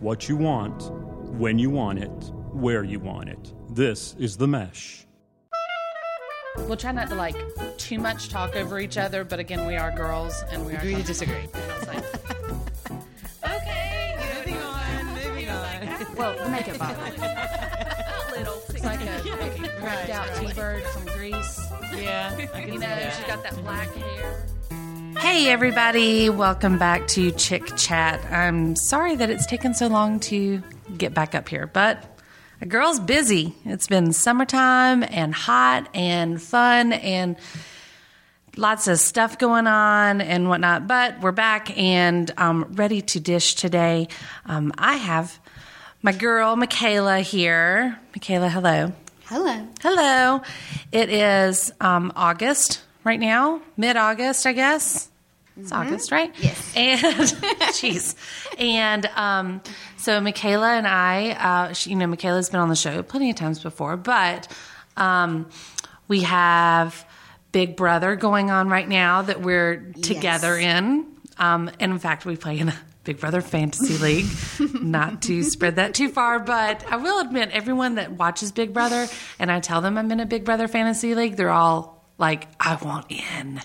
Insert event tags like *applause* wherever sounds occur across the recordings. what you want, when you want it, where you want it. This is The Mesh. We'll try not to like too much talk over each other, but again, we are girls and we are. Agree to com- *laughs* disagree. I was like, Okay, moving on, moving on. Well, *laughs* make it violent. it's *laughs* like a cracked out T-bird from Greece. Yeah, *laughs* I You can see know, that. she's got that black hair. Hey everybody, welcome back to Chick Chat. I'm sorry that it's taken so long to get back up here, but a girl's busy. It's been summertime and hot and fun and lots of stuff going on and whatnot. But we're back and um, ready to dish today. Um, I have my girl Michaela here. Michaela, hello. Hello. Hello. It is um, August right now, mid August, I guess. It's August, right? Yes. And jeez, and um, so Michaela and I, uh, she, you know, Michaela's been on the show plenty of times before, but um, we have Big Brother going on right now that we're together in, um, and in fact, we play in a Big Brother fantasy league. Not to spread that too far, but I will admit, everyone that watches Big Brother and I tell them I'm in a Big Brother fantasy league, they're all like I want in.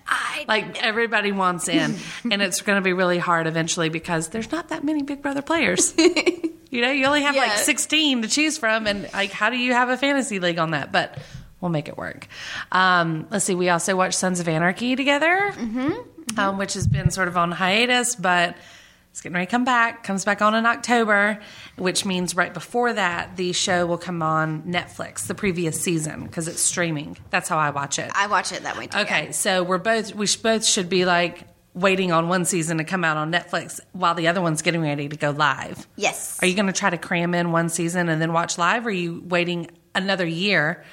like everybody wants in, and it's going to be really hard eventually because there's not that many Big Brother players. you know, you only have like Yeah. 16 to choose from, and like how do you have a fantasy league on that? But we'll make it work. Um, let's see. We also watched Sons of Anarchy together, Um, which has been sort of on hiatus, but. It's getting ready to come back. Comes back on in October, which means right before that, the show will come on Netflix the previous season because it's streaming. That's how I watch it. I watch it that way too. Okay, so we're both we sh- both should be like waiting on one season to come out on Netflix while the other one's getting ready to go live. Yes. Are you going to try to cram in one season and then watch live? Or are you waiting another year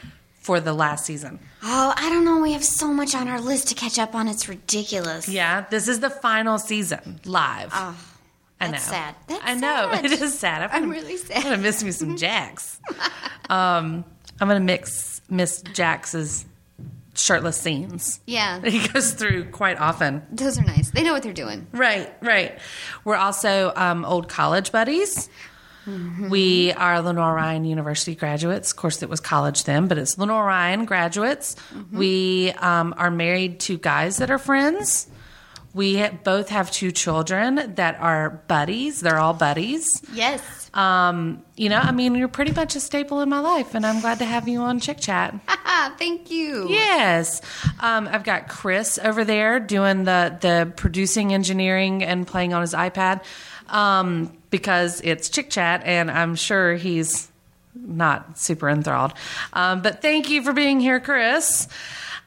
for the last season? Oh, I don't know. We have so much on our list to catch up on. It's ridiculous. Yeah, this is the final season live. Oh, I Ah, that's know. sad. That's I know *laughs* sad. it is sad. I'm, I'm really sad. I'm gonna miss me some *laughs* Jacks. um, I'm gonna mix Miss Jax's shirtless scenes. *laughs* Yeah. He goes through quite often. Those are nice. They know what they're doing. Right, right. We're also um, old college buddies. We are Lenore Ryan University graduates. Of course, it was college then, but it's Lenore Ryan graduates. We um, are married to guys that are friends. We ha- both have two children that are buddies. They're all buddies. Yes. Um, you know, I mean, you're pretty much a staple in my life, and I'm glad to have you on Chick Chat. Ah, thank you. Yes, um, I've got Chris over there doing the the producing, engineering, and playing on his iPad um, because it's Chick Chat, and I'm sure he's not super enthralled. Um, but thank you for being here, Chris.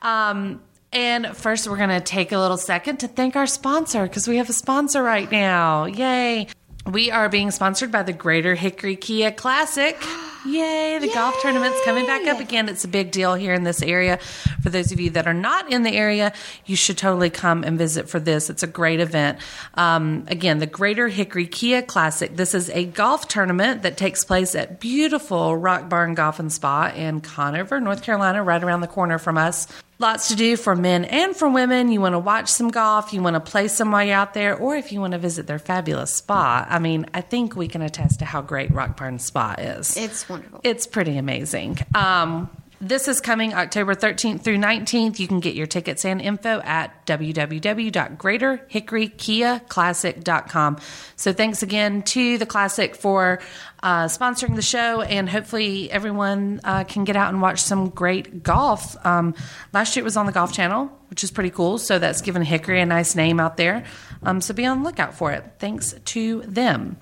Um, and first, we're going to take a little second to thank our sponsor because we have a sponsor right now. Yay! We are being sponsored by the Greater Hickory Kia Classic. Yay! The golf tournament's coming back up again. It's a big deal here in this area. For those of you that are not in the area, you should totally come and visit for this. It's a great event. Um, again, the Greater Hickory Kia Classic. This is a golf tournament that takes place at beautiful Rock Barn Golf and Spa in Conover, North Carolina, right around the corner from us. Lots to do for men and for women. You want to watch some golf, you want to play some while you're out there, or if you want to visit their fabulous spa. I mean, I think we can attest to how great Rock Barn Spa is. It's wonderful. It's pretty amazing. Um, this is coming October 13th through 19th. You can get your tickets and info at www.greaterhickorykiaclassic.com. So thanks again to the Classic for uh, sponsoring the show, and hopefully everyone uh, can get out and watch some great golf. Um, last year it was on the Golf Channel, which is pretty cool. So that's given Hickory a nice name out there. Um, so be on the lookout for it. Thanks to them.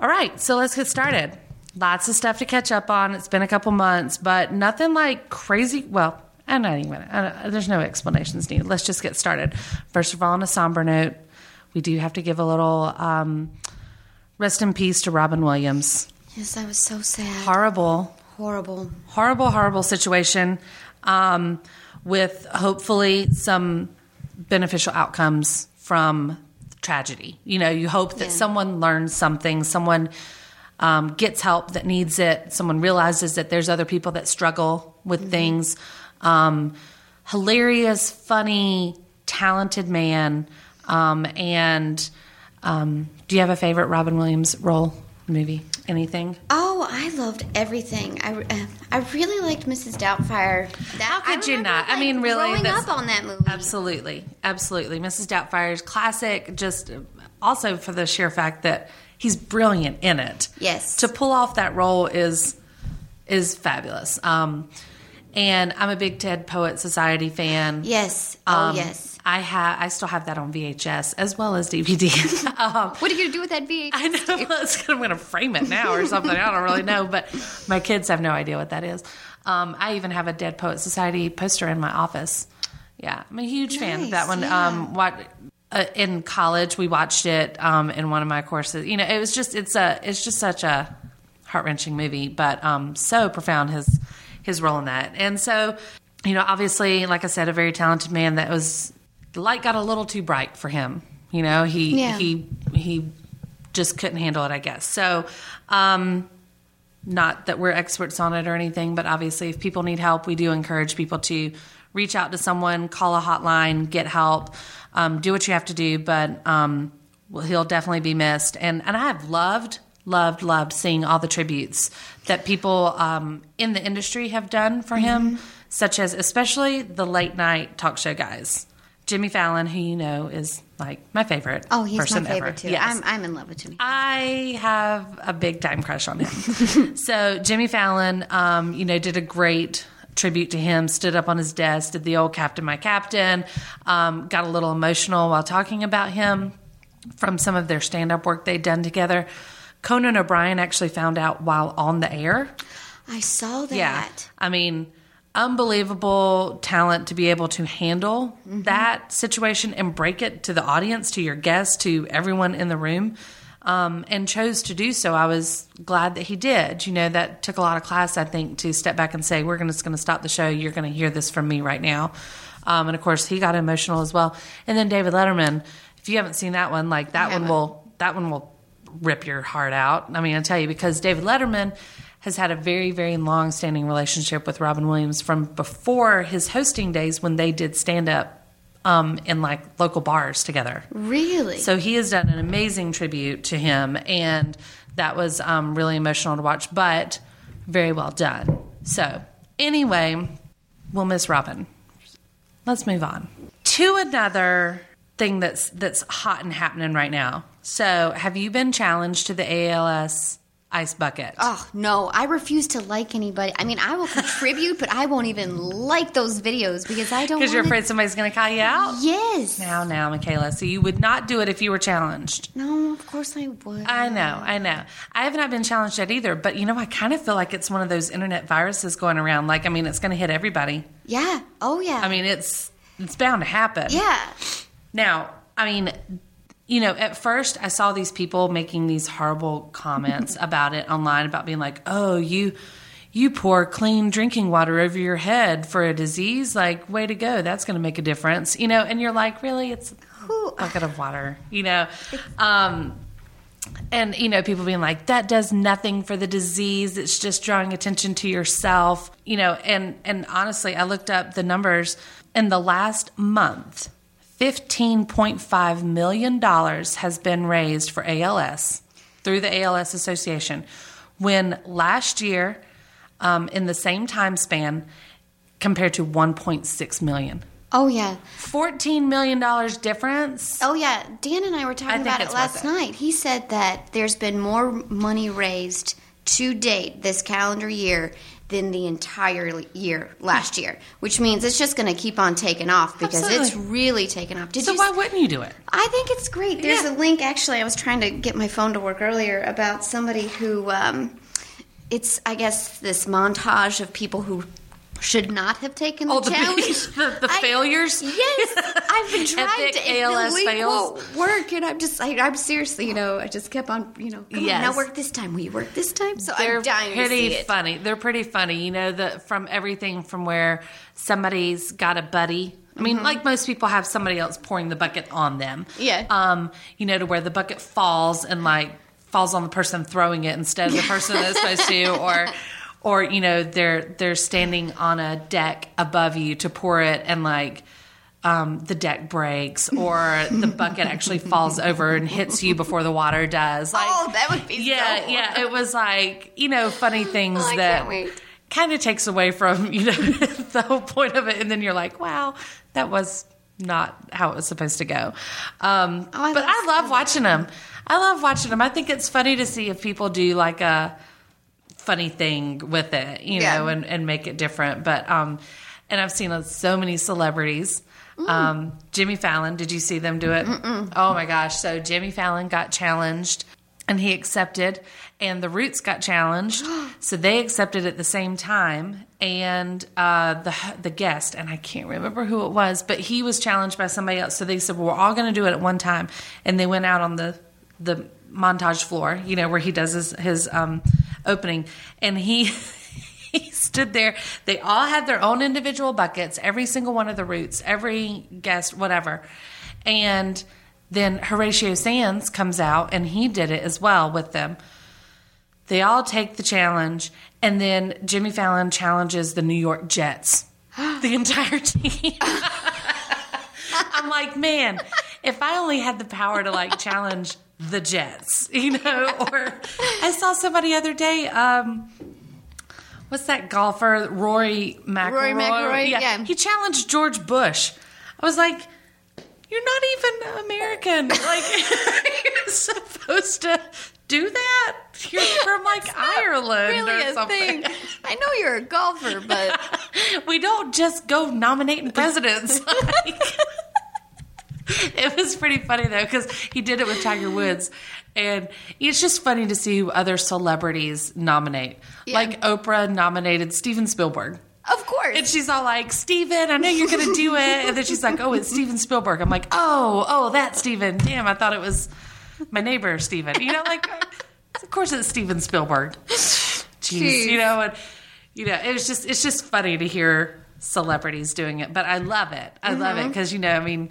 All right, so let's get started. Lots of stuff to catch up on. It's been a couple months, but nothing like crazy. Well, I'm not even. I don't- there's no explanations needed. Let's just get started. First of all, on a somber note, we do have to give a little um, rest in peace to Robin Williams. Yes, I was so sad. Horrible, Horrible. horrible, horrible situation. Um, with hopefully some beneficial outcomes from tragedy. You know, you hope that Yeah. someone learns something, someone um, gets help that needs it, someone realizes that there's other people that struggle with things. Um, hilarious, funny, talented man. Um, and um, do you have a favorite Robin Williams role? movie? Anything? Oh, I loved everything. I, uh, I really liked Mrs. Doubtfire. That, How could I you remember, not? I like, mean, really, growing that's- up on that movie. Absolutely, absolutely. Mrs. Doubtfire's classic. Just uh, also for the sheer fact that he's brilliant in it. Yes. to pull off that role is is fabulous. Um, and I'm a big Ted Poet Society fan. Yes. oh, Um, yes. I have. I still have that on VHS as well as *laughs* DVD. um, *laughs* What are you gonna do with that VHS? I know. It's, I'm going to frame it now or something. I don't really know, but my kids have no idea what that is. Um, I even have a Dead Poet Society poster in my office. Yeah, I'm a huge fan of that Nice, one. yeah. Um, what uh, in college we watched it um, in one of my courses. You know, it was just it's a it's just such a heart wrenching movie, but um, so profound his his role in that. And so, you know, obviously, like I said, a very talented man. That was the light got a little too bright for him. You know, he Yeah. he he just couldn't handle it, I guess. So, um, not that we're experts on it or anything, but obviously, if people need help, we do encourage people to reach out to someone, call a hotline, get help, um, do what you have to do. But um, well, he'll definitely be missed. And and I have loved, loved, loved seeing all the tributes that people um, in the industry have done for him, Mm-hmm. such as especially the late night talk show guys. Jimmy Fallon, who you know is like my favorite. Oh, he's my person favorite, ever. too. Yes. Uh, I'm, I'm in love with Jimmy. I have a big time crush on him. so Jimmy Fallon, um, you know, did a great tribute to him. Stood up on his desk, did the old "Captain, my Captain," um, got a little emotional while talking about him from some of their stand-up work they'd done together. Conan O'Brien actually found out while on the air. I saw that. I mean, unbelievable talent to be able to handle that situation and break it to the audience, to your guests, to everyone in the room. Um, and chose to do so. I was glad that he did. You know, that took a lot of class, I think, to step back and say, "We're gonna, just going to stop the show. You're going to hear this from me right now." Um, and of course, he got emotional as well. And then David Letterman. If you haven't seen that one, like that one will that one will rip your heart out. I mean, I tell you because David Letterman has had a very, very long-standing relationship with Robin Williams from before his hosting days when they did stand-up um, in like local bars together. Really? So he has done an amazing tribute to him, and that was um, really emotional to watch, but very well done. So anyway, we'll miss Robin. Let's move on to another thing that's that's hot and happening right now. So, have you been challenged to the ALS ice bucket? Oh no, I refuse to like anybody. I mean, I will contribute, but I won't even like those videos because I don't. Because you're wanna- afraid somebody's going to call you out. Yes. Now, now, Michaela. So you would not do it if you were challenged. No, of course I would. I know, I know. I have not been challenged yet either, but you know, I kind of feel like it's one of those internet viruses going around. Like, I mean, it's going to hit everybody. yeah. Oh yeah. I mean, it's it's bound to happen. yeah. Now, I mean, you know, at first I saw these people making these horrible *laughs* comments about it online about being like, "Oh, you you pour clean drinking water over your head for a disease. Like, way to go. That's going to make a difference." You know, and you're like, "Really? It's Who? a bucket of water." You *sighs* know, um and you know people being like that does nothing for the disease it's just drawing attention to yourself you know and and honestly i looked up the numbers in the last month 15.5 million dollars has been raised for als through the als association when last year um, in the same time span compared to 1.6 million Oh yeah. 14 million dollars difference Oh yeah. Dan and I were talking think about it it's worth last it. night. He said that there's been more money raised to date this calendar year than the entire year last Hmm. year, which means it's just going to keep on taking off because it's Absolutely. really taken off. Did so you why wouldn't you do it I think it's great. There's Yeah. a link. Actually, I was trying to get my phone to work earlier about somebody who. Um, it's I guess this montage of people who should not have taken the Oh, the- challenge. *laughs* the- the I- failures? Yes, I've been trying *laughs* Epic to. it- ALS the link fails. won't work, and I'm just I, I'm seriously, you know, I just kept on, you know, come Yes. on, now work this time. Will you work this time? So they're I'm dying to pretty see it. funny. They're pretty funny. You know, the from everything from where somebody's got a buddy. I mean, Mm-hmm. like most people have somebody else pouring the bucket on them. Yeah. Um, you know, to where the bucket falls and like falls on the person throwing it instead of the person that's supposed to, *laughs* or or you know, they're they're standing on a deck above you to pour it and like um, the deck breaks or the bucket actually falls over and hits you before the water does. Like, *laughs* Oh, that would be so yeah, cool. yeah. It was like you know funny things Oh, I can't that wait. kind of takes away from *laughs* you know the whole point of it, and then you're like, wow, that was not how it was supposed to go. Um, Oh, I but love- I love watching them. I love watching them. I think it's funny to see if people do like a funny thing with it, you Yeah. know, and, and make it different. But um, and I've seen uh, so many celebrities. Um, Jimmy Fallon, did you see them do it? Oh my gosh! So Jimmy Fallon got challenged, and he accepted, and the Roots got challenged, so they accepted at the same time. And uh, the the guest, and I can't remember who it was, but he was challenged by somebody else. So they said, "Well, we're all going to do it at one time," and they went out on the the montage floor, you know, where he does his, his um, opening, and he *laughs* he stood there. They all had their own individual buckets, every single one of the roots, every guest, whatever, and then Horatio Sands comes out and he did it as well with them. They all take the challenge, and then Jimmy Fallon challenges the New York *gasps* Jets, the entire team. *laughs* I'm like, man, if I only had the power to like challenge the Jets, *laughs* you know, or I saw somebody the other day, um, what's that golfer, Rory McIlroy? Rory McIlroy, yeah. He challenged George Bush. I was like, you're not even *laughs* American. Like, *laughs* you're supposed to do that. You're from like Ireland really or a something. thing. I know you're a golfer, but *laughs* We don't just go nominating *laughs* presidents. Like, *laughs* it was pretty funny though because he did it with Tiger Woods, and it's just funny to see who other celebrities nominate. Like Oprah nominated Steven Spielberg. of course. And she's all like, Steven, I know you're going to do it. And then she's like, oh, it's Steven Spielberg. I'm like, oh, oh, that's Steven. Damn, I thought it was my neighbor, Steven. You know, like, of course it's Steven Spielberg. Jeez. Jeez. You know, and, you know, it was just, it's just funny to hear celebrities doing it, but I love it. I love Mm-hmm. it because, you know, I mean,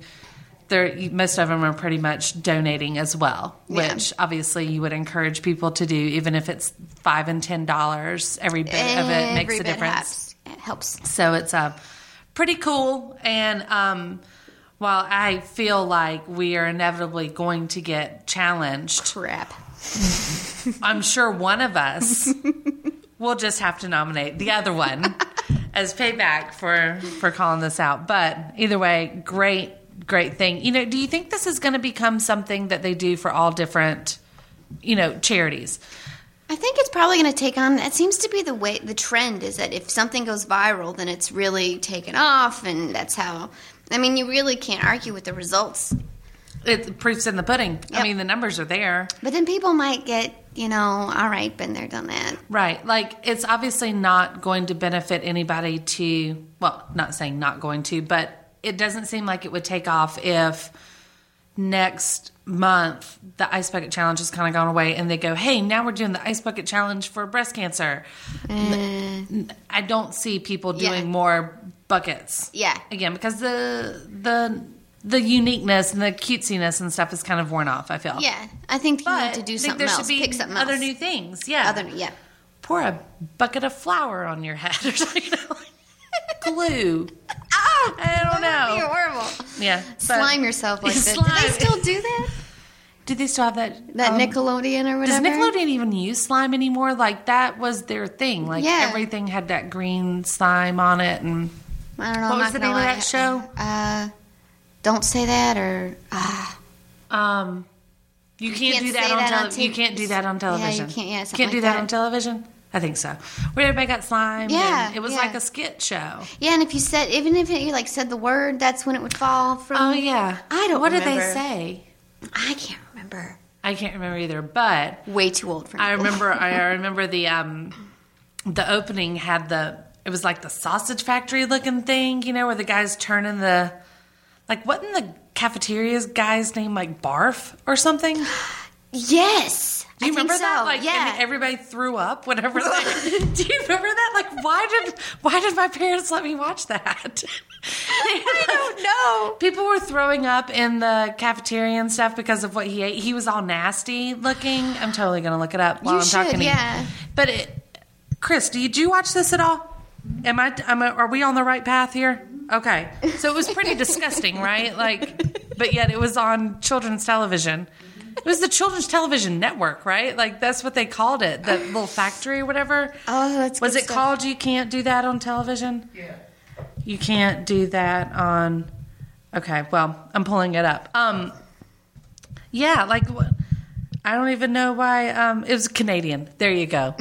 they're, most of them are pretty much donating as well, Yeah. which obviously you would encourage people to do, even if it's five and ten dollars. Every bit of it makes Every a bit difference. helps. It helps. So it's uh, pretty cool. And um, while I feel like we are inevitably going to get challenged, Crap. I'm sure one of us will just have to nominate the other one as payback for for calling this out. But either way, great great thing. You know, do you think this is going to become something that they do for all different you know charities? I think it's probably going to take on. That seems to be the way the trend is that if something goes viral, then it's really taken off, and that's how. I mean, you really can't argue with the results. It proofs in the pudding. I Yep. mean, the numbers are there. But then people might get, you know, all right, been there, done that. Right. Like it's obviously not going to benefit anybody to, well, not saying not going to, but it doesn't seem like it would take off if next month the ice bucket challenge has kind of gone away and they go, hey, now we're doing the ice bucket challenge for breast cancer. I don't see people Mm. Yeah. doing more buckets. Yeah. Again, because the, the, the uniqueness and the cutesiness and stuff is kind of worn off, I feel. Yeah, I think people But need to do I think something there should else. be Pick something other else. new things. Yeah other, *laughs* yeah. pour a bucket of flour on your head or *laughs* something. Ah! you know, like glue. Oh, I don't That would be know. horrible. Yeah. but- Slime yourself *laughs* like that. Do they Slime. still do that? Do they still have that? That um, Nickelodeon or Does whatever. Nickelodeon even use slime anymore? Like that was their thing. Like Yeah. everything had that green slime on it, and I don't know. What I'm was not the gonna name of lie. that show? Uh, don't say that or ah. um, you can't, can't do that say on, that on television. you TV. can't do that on Yeah, you television. can't- yeah, something do like that, that. on television. I think so. Where everybody got slime. Yeah, and it was yeah. like a skit show. Yeah, and if you said even if you like said the word, that's when it would fall from. Oh yeah. I don't What did they remember. say? I can't remember. I can't remember either. But Way too old for me. I remember. uh, I remember the um, the opening had the. It was like the sausage factory looking thing, you know, where the guys turning the, like, wasn't the cafeteria's guy's name like Barf or something? Do you *laughs* Yes. I think remember so. that? Like, yeah. and everybody threw up whenever. *laughs* They, *laughs* do you remember that? Like, why did why did my parents let me watch that? I don't know. *laughs* People were throwing up in the cafeteria and stuff because of what he ate. He was all nasty looking. I'm totally gonna look it up while You I'm should, talking. to you. yeah. But it, Chris, do you, do you watch this at all? Am I? Am I? Are we on the right path here? Okay. So it was pretty disgusting, right? Like, but yet it was on children's television. It was the Children's Television Network, right? Like that's what they called it, that little factory or whatever. Oh, that's was good it stuff. called "You Can't Do That on Television"? Yeah. You can't do that on. Okay, well, I'm pulling it up. Um, yeah, like wh- I don't even know why. Um, it was Canadian. There you *laughs* go.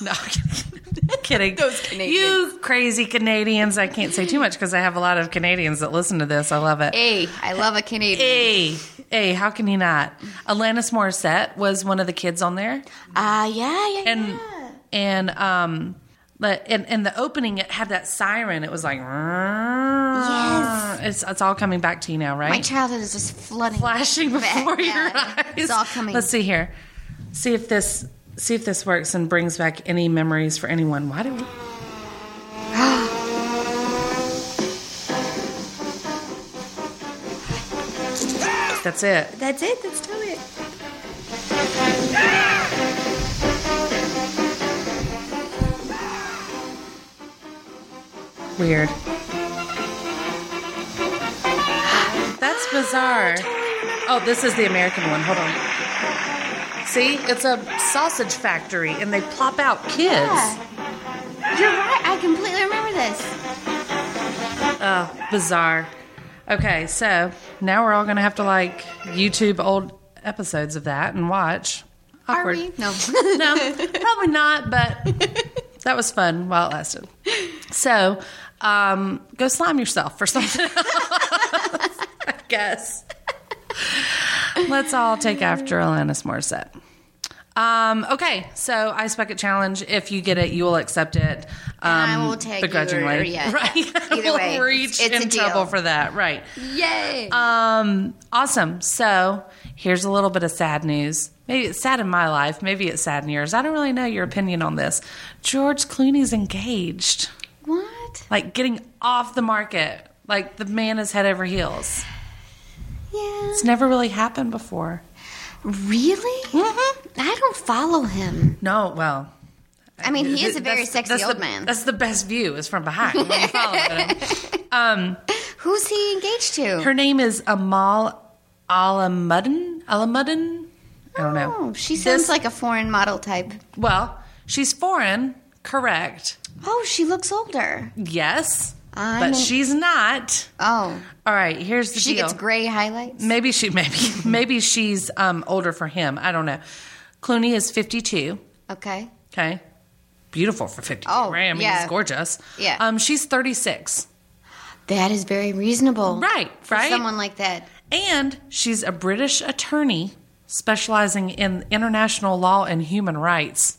No, I'm kidding. *laughs* kidding. Those Canadians. You crazy Canadians. I can't say too much because I have a lot of Canadians that listen to this. I love it. Hey, I love a Canadian. Hey, hey, how can you not? Alanis Morissette was one of the kids on there, Ah, yeah, yeah, and yeah. and um, but in, in the opening, it had that siren. It was like, yes, it's it's all coming back to you now, right? My childhood is just flooding. Flashing before your Yeah, eyes. it's all coming. Let's see here. See if this see if this works and brings back any memories for anyone. Why do *gasps* we? That's it. That's it. That's do it. Weird. That's bizarre. Oh, this is the American one. Hold on. See, it's a sausage factory, and they plop out kids. Yeah. You're right. I completely remember this. Bizarre. Okay, so now we're all gonna have to like YouTube old episodes of that and watch. Are Awkward. we? No. *laughs* No, *laughs* probably not, but that was fun while it lasted. So, um, go slime yourself or something. *laughs* else, I guess. Let's all take after Alanis Morissette. Um, okay, so I Spec It Challenge. If you get it, you will accept it. Um, I will take you begrudgingly. or- or yeah. *laughs* Right. *laughs* Either We'll way, reach it's- it's a in trouble deal. for that. Right. Yay. Um, awesome. So here's a little bit of sad news. Maybe it's sad in my life. Maybe it's sad in yours. I don't really know your opinion on this. George Clooney's engaged. what? Like getting off the market. Like the man is head over heels. Yeah. It's never really happened before. Really? I don't follow him. No, well, I mean, he is a very that's- sexy that's old the, man. That's the best view is from behind. when you *laughs* follow him. Who's he engaged to? Her name is Amal Alamuddin. Alamuddin. I don't know. Oh, she sounds This- like a foreign model type. Well, she's foreign. Correct. Oh, she looks older. Yes, I'm but an- she's not. Oh, All right, here's the she deal. gets gray highlights. maybe she, *laughs* maybe, maybe she's um, older for him. I don't know. Clooney is fifty-two. Okay. Okay, beautiful for fifty-two. Oh, right? I mean, yeah. he's gorgeous. Yeah. Um, she's thirty-six. That is very reasonable. Right. For right. someone like that. And she's a British attorney specializing in international law and human *gasps* rights.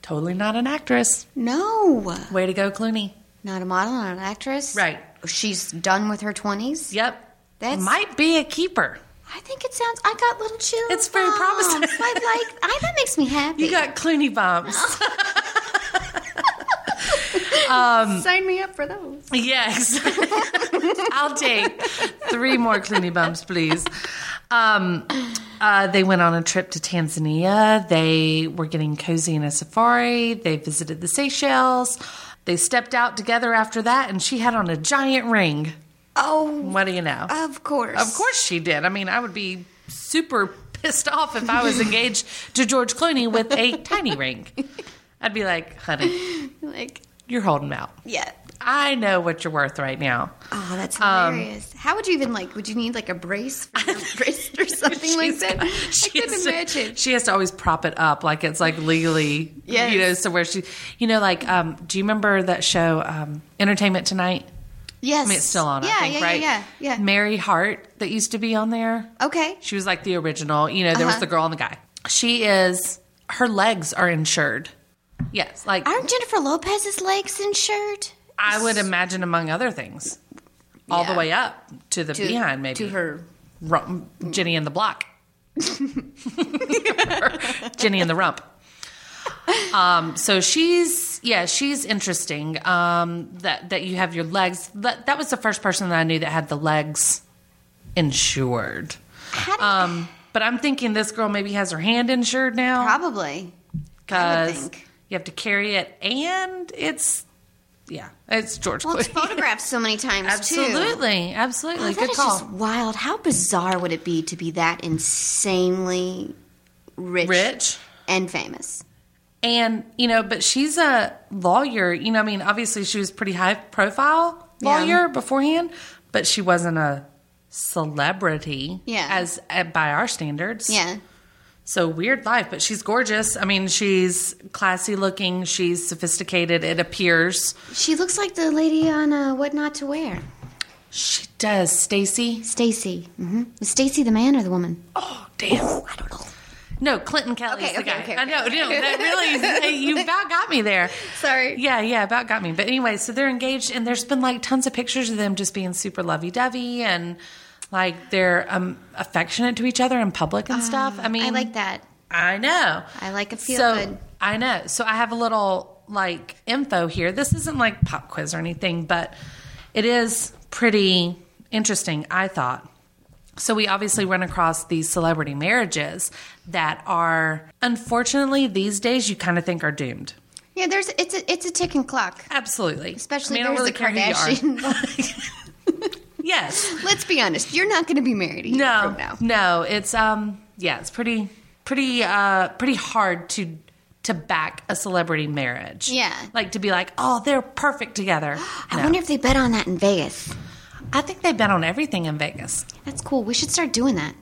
totally not an actress. No. Way to go, Clooney. Not a model, not an actress. Right. She's done with her 20s. Yep. That's- might be a keeper. I think it sounds, I got little chills. It's very bumps. promising. *laughs* I like, I, that makes me happy. You got Clooney bumps. Sign me up for those. *laughs* *laughs* yes. I'll take three more Clooney bumps, please. Um, uh, they went on a trip to Tanzania. They were getting cozy in a safari. They visited the Seychelles. They stepped out together after that, and she had on a giant ring. Oh, What do you know? of course. Of course she did. I mean, I would be super pissed off if I was engaged to George Clooney with a tiny *laughs* ring. I'd be like, honey, Like, you're holding out. yeah. I know what you're worth right now. Oh, that's hilarious. How would you even like, would you need like a brace *laughs* for your wrist or something like She's that? *laughs* got- I she couldn't has imagine. To, she has to always prop it up like it's like legally, Yes. you know, so where she, you know, like, um, do you remember that show, um, Entertainment Tonight? yes. I mean, it's still on, yeah, I think, yeah, right? Yeah, yeah, yeah. Mary Hart that used to be on there. okay. She was like the original. You know, there was Uh-huh. the girl and the guy. She is. Her legs are insured. Yes, like Aren't Jennifer Lopez's legs insured? I would imagine, among other things, all the Yeah. way up to the behind, maybe To her. Ru- Jenny in the block, *laughs* Jenny in the rump. Um, so she's yeah, she's interesting. Um, that that you have your legs. That, that was the first person that I knew that had the legs insured. How do Um, but I'm thinking this girl maybe has her hand insured now Probably. I would because think. you have to carry it, and it's yeah, it's George *laughs* Well, it's Clooney. photographed so many times too. absolutely, absolutely. Oh, that Good is call. just wild. How bizarre would it be to be that insanely rich, Rich. and famous? And, you know, but she's a lawyer. You know, I mean, obviously she was pretty high profile Yeah. lawyer beforehand, but she wasn't a celebrity Yeah. as uh, by our standards. Yeah, So weird life, but she's gorgeous. I mean, she's classy looking, she's sophisticated, it appears. she looks like the lady on uh, What Not to Wear. She does, Stacy. Stacy. Mm-hmm. Is Stacy the man or the woman? Oh, damn. I don't know. No, Clinton Kelly's Okay, the okay, guy. okay, I know, no, that *laughs* really, you about got me there. Sorry. Yeah, yeah, about got me. But anyway, so they're engaged, and there's been like tons of pictures of them just being super lovey dovey and like they're um, affectionate to each other in public and stuff. I mean, Ah, I like that. I know. I like a feel so good. I know. So I have a little like info here. This isn't like pop quiz or anything, but it is pretty interesting. I thought. So we obviously run across these celebrity marriages that are unfortunately these days you kind of think are doomed. Yeah, there's it's a it's a ticking clock. Absolutely. Especially I mean, I there's don't really a care who you are. Kardashian. *laughs* Yes. *laughs* Let's be honest. You're not going to be married a year No. from now. No. It's um. Yeah. It's pretty pretty uh pretty hard to to back a celebrity marriage. Yeah. Like to be like, oh, they're perfect together. *gasps* I No. wonder if they bet on that in Vegas. I think they bet on everything in Vegas. That's cool. We should start doing that.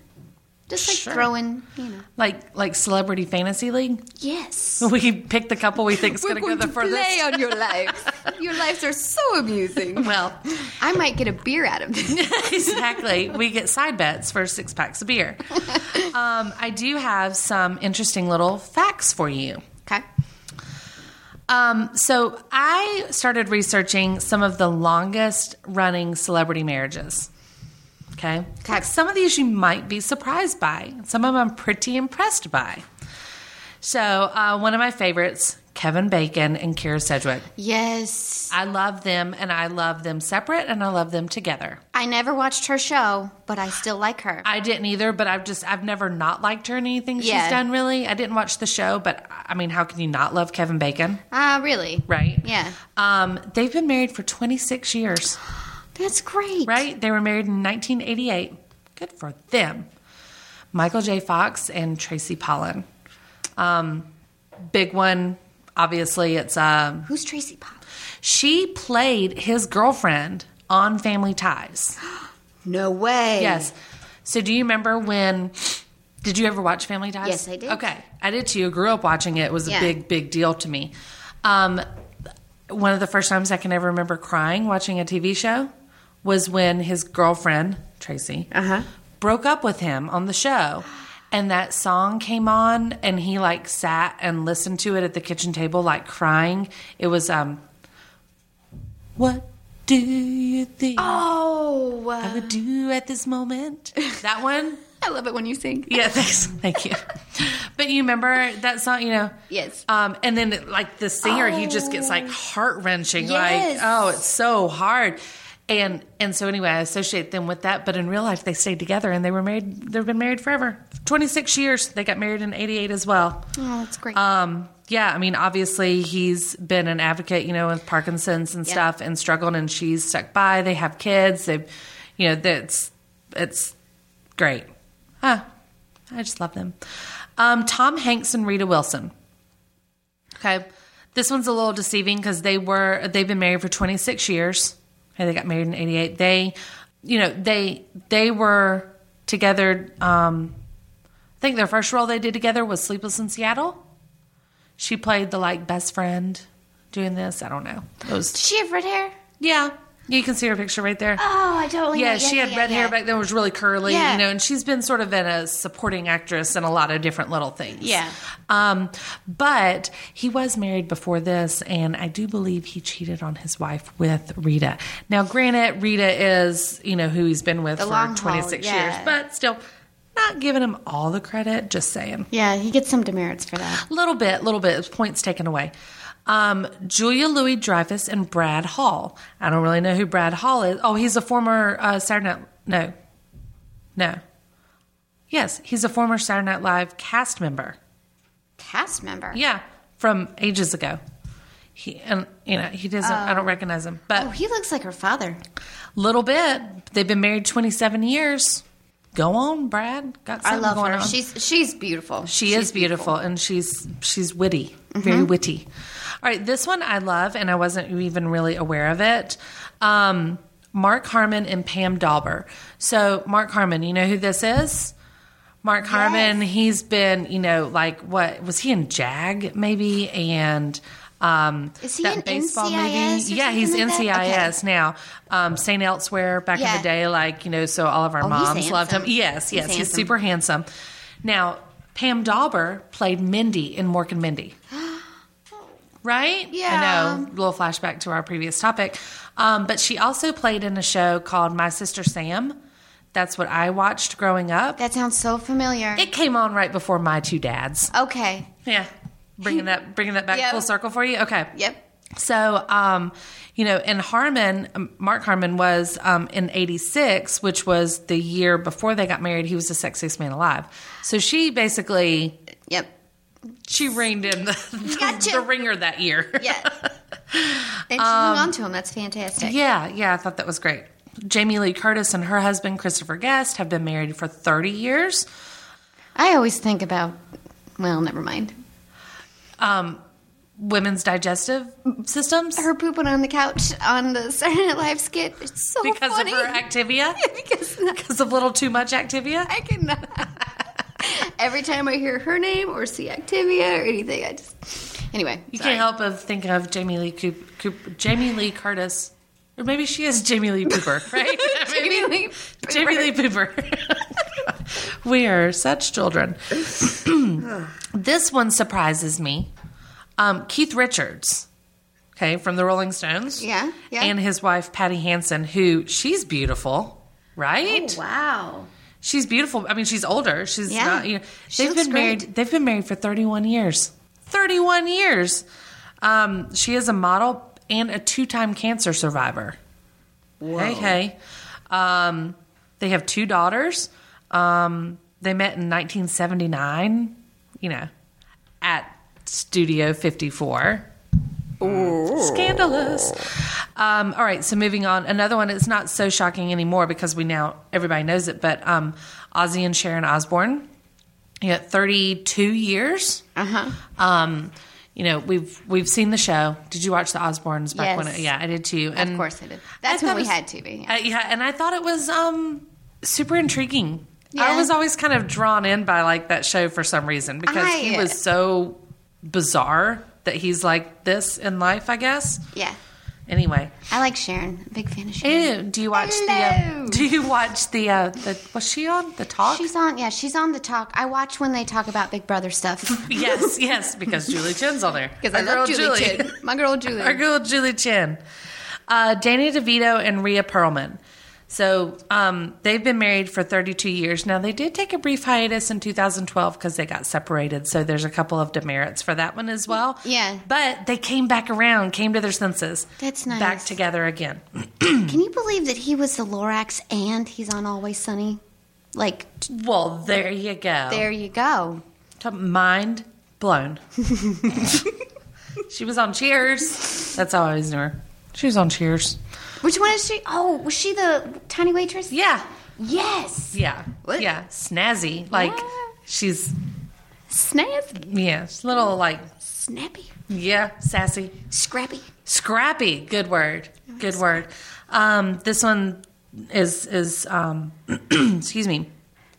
Just like Sure. throwing, you know. Like like celebrity fantasy league. *laughs* Yes. We pick the couple we think is going to go the furthest. on your *laughs* lives. your lives are so amusing. *laughs* well, I might get a beer out of *laughs* this. exactly. We get side bets for six packs of *laughs* beer. Um, I do have some interesting little facts for you. Okay. Um, so I started researching some of the longest running celebrity marriages. Okay. Okay. Some of these you might be surprised by, some of them I'm pretty impressed by. So, uh, one of my favorites, Kevin Bacon and Kira Sedgwick. Yes. I love them and I love them separate and I love them together. I never watched her show, but I still like her. I didn't either, but I've just, I've never not liked her in anything Yeah. she's done really. I didn't watch the show, but I mean, how can you not love Kevin Bacon? Ah, really? Right. Yeah. Um, they've been married for 26 years. That's great. right? They were married in 1988. Good for them. Michael J. Fox and Tracy Pollan. Um, big one, obviously. It's um, Who's Tracy Pop? she played his girlfriend on Family Ties. No way. Yes. So do you remember when? Did you ever watch Family Ties? Yes, I did. Okay, I did too. Grew up watching it. It was a Yeah. big, big deal to me. Um, one of the first times I can ever remember crying watching a TV show was when his girlfriend Tracy Uh-huh. broke up with him on the show, and that song came on, and he like sat and listened to it at the kitchen table, like crying. It was um, what do you think? Oh. I would do at this moment. *laughs* That one? I love it when you sing. Yeah, thanks. Thank you. But you remember that song, you know? Yes. Um, and then, it- like, the singer, he just gets, like, heart wrenching. Yes. Like, oh, it's so hard. And and so anyway, I associate them with that. But in real life, they stayed together and they were married. They've been married forever, twenty six years. They got married in eighty eight as well. Oh, that's great. Um, yeah, I mean, obviously he's been an advocate, you know, with Parkinson's and Yeah. stuff, and struggled, and she's stuck by. They have kids. They, you know, that's it's great. Huh. I just love them. Um, Tom Hanks and Rita Wilson. Okay, this one's a little deceiving because they were they've been married for 26 years. Okay, they got married in 88. They, you know, they they were together. Um, I think their first role they did together was Sleepless in Seattle. She played the like best friend doing this. I don't know. It was- Does she have red hair? yeah, you can see her picture right there. Oh, I totally. Yeah, she had red hair back then, was really curly, Yeah. you know, and she's been sort of in a supporting actress in a lot of different little things. Yeah. Um, but he was married before this, and I do believe he cheated on his wife with Rita. Now, granted, Rita is, you know, who he's been with The long for haul, 26 years, yeah. but still not giving him all the credit, just saying. Yeah, he gets some demerits for that. Little bit, little bit. Points taken away. Um, Julia Louis Dreyfus and Brad Hall. I don't really know who Brad Hall is. Oh, he's a former uh, Saturday Night. No, no. Yes, he's a former Saturday Night Live *gasps* cast member. Cast member. Yeah, from ages ago. He and you know he doesn't. I don't recognize him, but Oh, he looks like her father. little bit. They've been married 27 years. Go on, Brad. Got I something love going her. on. She's she's beautiful. Mm-hmm. She is beautiful, and she's she's witty, very witty. All right, this one I love, and I wasn't even really aware of it. Um, Mark Harmon and Pam Dauber. So Mark Harmon, you know who this is? Mark Harmon. He's been, you know, like what was he in Jag maybe and. Um, Is he that in baseball NCIS or movie? Yeah, he's something like that? Okay. NCIS now. Um, St. Elsewhere back in Yeah. the day, like, you know, so all of our Oh, he's moms loved him. handsome. Yes, He's yes, he's handsome. super handsome. Now, Pam Dauber played Mindy in Mork and *gasps* Mindy. Right? Yeah. I know. Little flashback to our previous topic. Um, but she also played in a show called My Sister Sam. That's what I watched growing up. That sounds so familiar. It came on right before My Two Dads. okay. Yeah. Bringing that bringing *laughs* that back Yeah. full circle for you. Okay. Yep. So, um, you know, and Harmon, um, Mark Harmon was um, in 86, which was the year before they got married. He was the sexiest man alive. So she basically, Yep. she reigned in the, *laughs* the, Gotcha. the ringer that year. *laughs* Yeah. and she hung on to him. That's fantastic. Um, Yeah, yeah, I thought that was great. Jamie Lee Curtis and her husband, Christopher Guest, have been married for 30 years. I always think about. Well, never mind. Women's digestive systems Her pooping on the couch on the *laughs* Saturday Night Live skit. It's so because funny. of her *laughs* Activia, because because of little too much Activia. I cannot. Every time I hear her name or see Activia or anything, I just. Anyway, You sorry. can't help of thinking of Jamie Lee Coop, Coop, Jamie Lee Curtis, or maybe she is Jamie Lee *laughs* Pooper, right? Jamie *laughs* Lee Pooper. Jamie Lee Pooper. *laughs* we are such *clears throat* children. this one surprises me. Um, Keith Richards, okay, from the Rolling Stones, Yeah, yeah. and his wife Patty Hansen, who she's beautiful, right? Wow. She's beautiful. I mean, she's older. She's Oh. Yeah. not. You know, She they've looks been great. married. They've been married for thirty-one years. Thirty-one years. Um, she is a model and a two-time cancer survivor. Hey, hey. Um, they have two daughters. Um, they met in 1979. You know, at Studio 54. Scandalous. Um, all right, so moving on. Another one. It's not so shocking anymore because we now everybody knows it. But um, Ozzy and Sharon Osbourne. Yeah, 32 years. Uh Uh-huh. huh. Um, you know, we've we've seen the show. Did you watch the Osbournes back when? Yes. yeah, I did too. Of course I did. That's I thought when we it was- had TV. Uh, yeah, and Mm. I thought it was um, super intriguing. I Yeah. was always kind of drawn in by like that show for some reason because he I- was so bizarre that he's like this in life, I guess. Yeah. Anyway, I like Sharon. Big fan of Sharon. Ew, do you watch the? Uh, Hello. do you watch the? Uh, the was she on the talk? She's on, yeah, she's on the talk. I watch when they talk about Big *laughs* Brother stuff. yes, yes, because Julie Chen's on *laughs* there. Because I Our love girl Julie. Chen. My girl *laughs* Julie. Our girl Julie Chen. Uh, Danny DeVito and Rhea Perlman. So um, they've been married for 32 years. Now, they did take a brief hiatus in 2012 because they got separated. So there's a couple of demerits for that one as well. Yeah. But they came back around, came to their senses. That's nice. Back together again. Can you believe that he was the Lorax and he's on Always Sunny? Like, Oh. Well, there you go. there you go. To- Mind blown. she was on Cheers. That's how I always knew her. She was on Cheers. Which one is she? Oh, was she the tiny waitress? Yeah. Yes. Yeah. What? Yeah. Snazzy. Like Yeah. she's Snappy. yeah, she's a little like Snappy. yeah, sassy. Scrappy. Scrappy. Good word. Good word. Um, this one is is um, *clears throat* excuse me.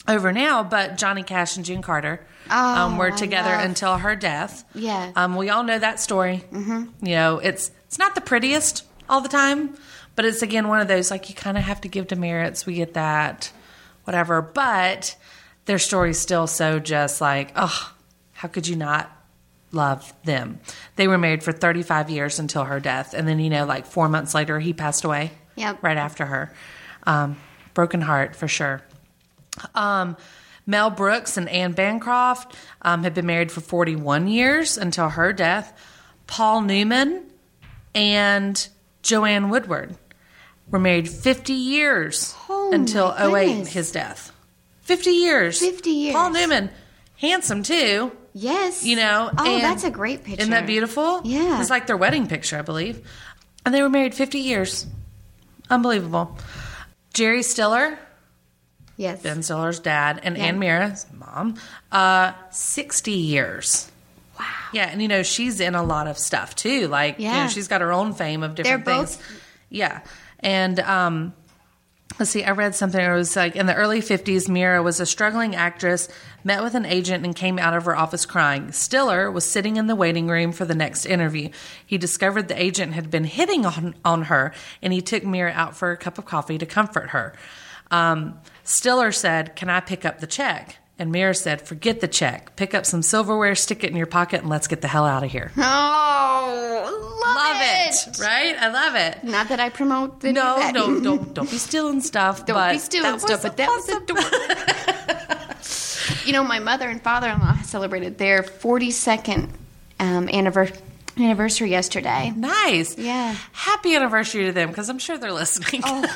Over now, but Johnny Cash and June Carter um, were Oh, I together love- until her death. Yeah. um, we all know that story. Mm-hmm. You know, it's it's not the prettiest all the time, but it's again one of those like you kind of have to give demerits. We get that, whatever. But their story's still so just like, oh, how could you not love them? They were married for 35 years until her death, and then you know, like four months later, he passed away. Yep. right after her. Um, broken heart for sure. Um, Mel Brooks and Anne Bancroft um, had been married for 41 years until her death. Paul Newman and Joanne Woodward were married 50 years Oh, my until 08, goodness. his death. 50 years. 50 years. Paul Newman, handsome too. Yes. you know. Oh, and- that's a great picture. Isn't that beautiful? Yeah. It's like their wedding picture, I believe. And they were married 50 years. Unbelievable. Jerry Stiller, Yes. Ben Stiller's dad, and Yeah. Ann Mira's mom, uh, 60 years. Wow. Yeah, and you know, she's in a lot of stuff too. Like, you Yeah. know, she's got her own fame of different They're both- things. Yeah. And um let's see, I read something it was like in the early 50s Mira was a struggling actress, met with an agent and came out of her office crying. Stiller was sitting in the waiting room for the next interview. He discovered the agent had been hitting on on her and he took Mira out for a cup of coffee to comfort her. Um, Stiller said, "Can I pick up the check?" And Mira said, "Forget the check. Pick up some silverware, stick it in your pocket, and let's get the hell out of here." Oh, love, love it. it, right? I love it. Not that I promote any of No, that. no, don't don't be stealing stuff. *laughs* Don't but be stealing that was stuff, but that was awesome. adorable. *laughs* you know, my mother and father-in-law celebrated their 42nd um, anniversary anniversary yesterday. nice. *laughs* Yeah. Oh, Happy anniversary to them because I'm sure they're listening. *laughs*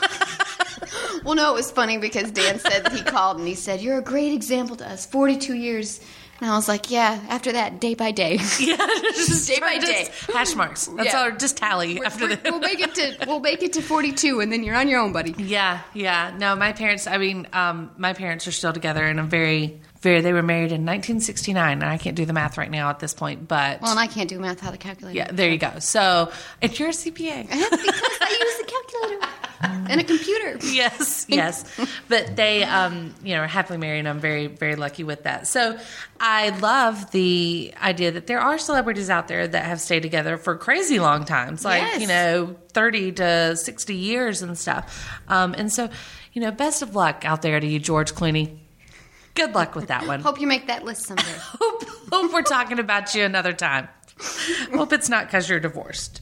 Well, no, it was funny because Dan said he *laughs* called and he said, "You're a great example to us. 42 years." And I was like, "Yeah." After that, day by day, *laughs* yeah, just Day by just day. hash marks. That's Yeah. all. Just tally after the. we'll make it to we'll make it to 42, and then you're on your own, buddy. *laughs* Yeah, yeah. No, my parents. I mean, um, my parents are still together, and I'm very, very. They were married in 1969, and I can't do the math right now at this point, but Well, and I can't do math without a calculator. yeah, there you go. So, and you're a CPA. *laughs* because I use a calculator and a computer. *laughs* yes, yes. But they, um, you know, are happily married, and I'm very, very lucky with that. So I love the idea that there are celebrities out there that have stayed together for crazy long times, like Yes. you know, thirty to sixty years and stuff. Um, and so, you know, best of luck out there to you, George Clooney. Good luck with that one. Hope, Hope you make that list someday. *laughs* hope, we're talking about you another time. hope it's not because you're divorced.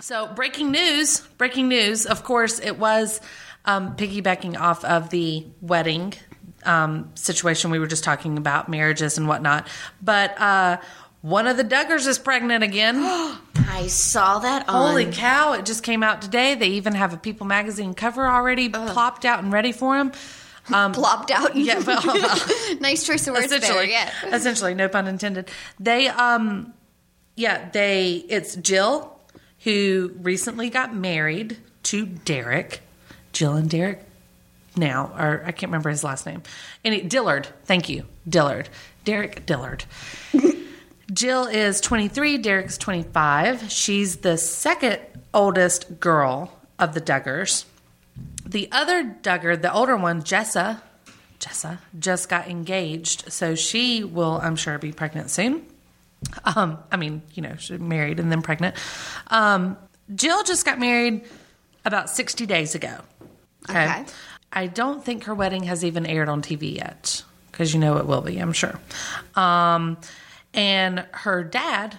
So, breaking news, breaking news. Of course, it was um, piggybacking off of the wedding um, situation we were just talking about, marriages and whatnot. But uh, one of the Duggars is pregnant again. I saw that on. Holy cow, it just came out today. They even have a People magazine cover already plopped out and ready for them. plopped out. Yeah, *laughs* well, *laughs* nice choice of words there. essentially, Yeah. essentially, no pun intended. They, um, yeah, they. It's Jill who recently got married to Derek. Jill and Derek now, or I can't remember his last name. And it, Dillard, thank you, Dillard, Derek *laughs* Dillard. Jill is 23, Derek's 25. She's the second oldest girl of the Duggars. The other Duggar, the older one, Jessa, Jessa, just got engaged, so she will, I'm sure, be pregnant soon. Um, I mean, you know, she's married and then pregnant. Um, Jill just got married about 60 days ago. Okay. I don't think her wedding has even aired on TV yet, because you know it will be, I'm sure. Um, and her dad,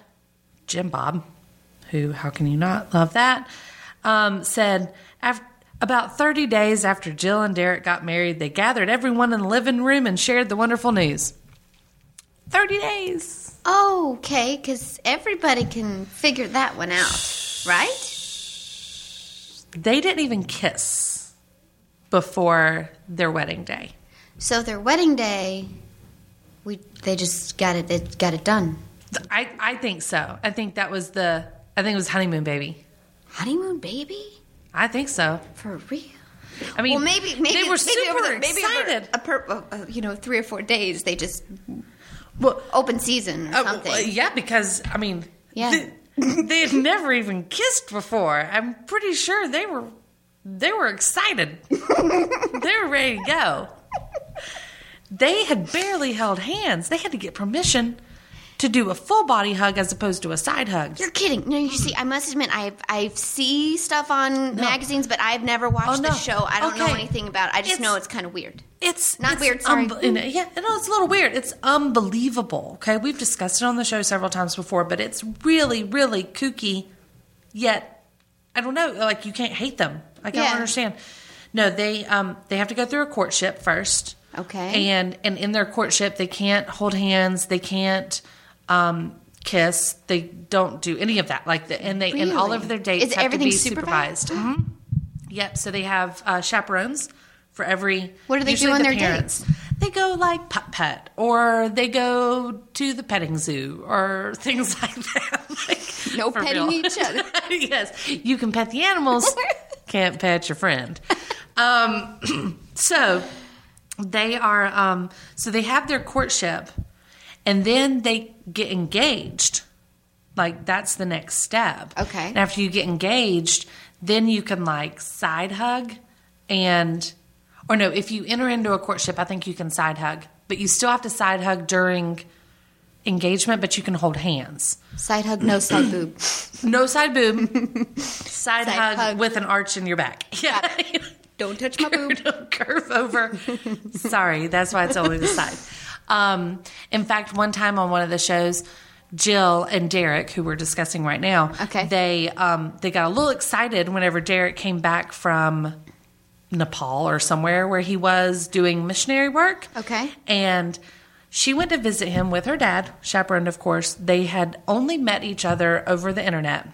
Jim Bob, who, how can you not love that, um, said after, about 30 days after Jill and Derek got married, they gathered everyone in the living room and shared the wonderful news. 30 days. Oh, okay, because everybody can figure that one out, right? They didn't even kiss before their wedding day. So their wedding day, we they just got it. They got it done. I, I think so. I think that was the, I think it was honeymoon baby. Honeymoon baby I think so. for real. I mean, well, maybe maybe they were maybe super over the, maybe over excited. a per, uh, uh, you know, three or four days. They just Well, open season or uh, something. well, yeah, because I mean, Yeah. th- *laughs* they had never even kissed before. I'm pretty sure they were they were *laughs* excited. they were ready to go. They had barely held hands. They had to get permission to do a full body hug as opposed to a side hug. You're kidding. No, you see, I must admit, I've I've see stuff on magazines, but I've never watched Oh, no. the show. I don't know Okay. anything about. it. I just It's- know it's kind of weird. It's Not it's weird, sorry. unbe- and- yeah, no, it's a little weird. It's unbelievable. Okay, we've discussed it on the show several times before, but it's really, really kooky. Yet, I don't know. Like you can't hate them. Like, I Yeah. don't understand. No, they um they have to go through a courtship first. Okay. And and in their courtship, they can't hold hands. They can't um kiss. They don't do any of that. Like the, and they and all Really? of their dates Is have to be everything supervised? supervised. Mhm. Yep. So they have uh, chaperones for every. What do they do usually on the their parents. They go like putt putt, or they go to the petting zoo, or *laughs* things like that. *laughs* Like, No for petting real. each other. *laughs* yes, you can pet the *laughs* animals, can't pet your friend. Um, *clears throat* so they are. Um, so they have their courtship, and then they get engaged. Like that's the next step. Okay. And after you get engaged, then you can like side hug and or no, if you enter into a courtship, I think you can side hug, but you still have to side hug during engagement, but you can hold hands. Side hug, no side boob. No side boob, *laughs* side, hug, hug. with an arch in your back. *laughs* Yeah. Uh, Don't touch *laughs* my boob. curve, curve over. Sorry, that's why it's only the side. Um, in fact, one time on one of the shows, Jill and Derek, who we're discussing right now, Okay. they um, they got a little excited whenever Derek came back from Nepal or somewhere where he was doing missionary work. Okay. and she went to visit him with her dad, chaperoned, of course. They had only met each other over the internet.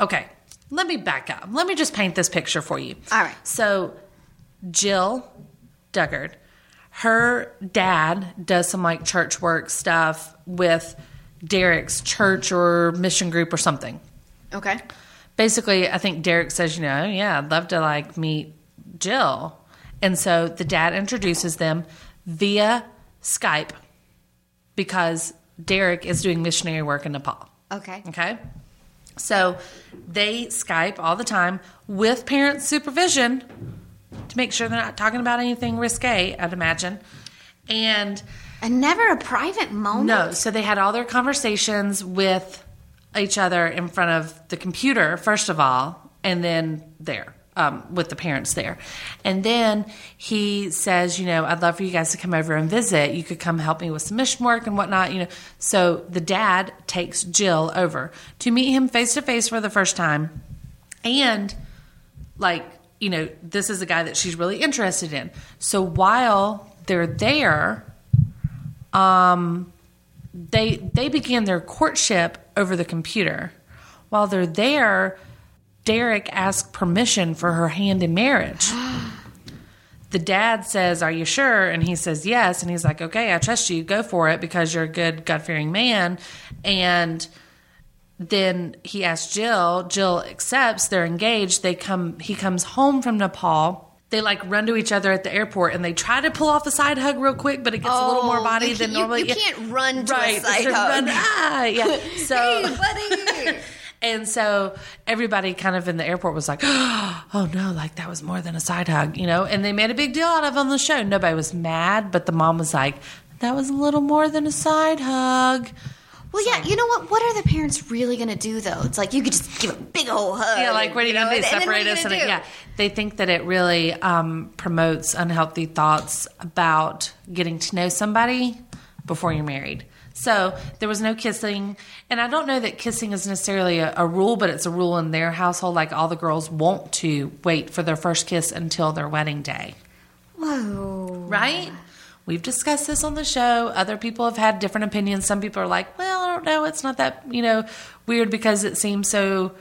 Okay, let me back up. Let me just paint this picture for you. All right. So, Jill Duggard, her dad does some like church work stuff with Derek's church or mission group or something. Okay. Basically, I think Derek says, you know, yeah, I'd love to like meet Jill. And so the dad introduces them via Skype because Derek is doing missionary work in Nepal. Okay. Okay. So they Skype all the time with parent supervision to make sure they're not talking about anything risque, I'd imagine. And And never a private moment. no, so they had all their conversations with each other in front of the computer, first of all, and then there. Um, with the parents there. And then he says, You know, I'd love for you guys to come over and visit. You could come help me with some mission work and whatnot, you know. So the dad takes Jill over to meet him face to face for the first time. And like you know this is a guy that she's really interested in so while they're there um they they begin their courtship over the computer while they're there derek asks permission for her hand in *gasps* marriage the dad says are you sure and he says yes and he's like okay i trust you go for it because you're a good god-fearing man and then he asks Jill. Jill accepts. They're engaged. They come. He comes home from Nepal. They like run to each other at the airport and they try to pull off a side hug real quick, but it gets a little more Oh, body you than can't- you- normally. you can't run to a right, side so hug. Run, ah, yeah. So buddy. and so everybody kind of in the airport was like, *gasps* oh no, like that was more than a side hug, you know? And they made a big deal out of it on the show. Nobody was mad, but the mom was like, that was a little more than a side hug. Well, yeah, you know what? What are the parents really going to do, though? It's like you could just give a big old hug. Yeah, like what are you know, gonna do? and then what are Separate you us and gonna it- do? yeah. They think that it really um, promotes unhealthy thoughts about getting to know somebody before you're married. So there was no kissing, and I don't know that kissing is necessarily a, a rule, but it's a rule in their household. Like all the girls want to wait for their first kiss until their wedding day Whoa. right? We've discussed this on the show. Other people have had different opinions. Some people are like, well, I don't know. It's not that, you know, weird because it seems so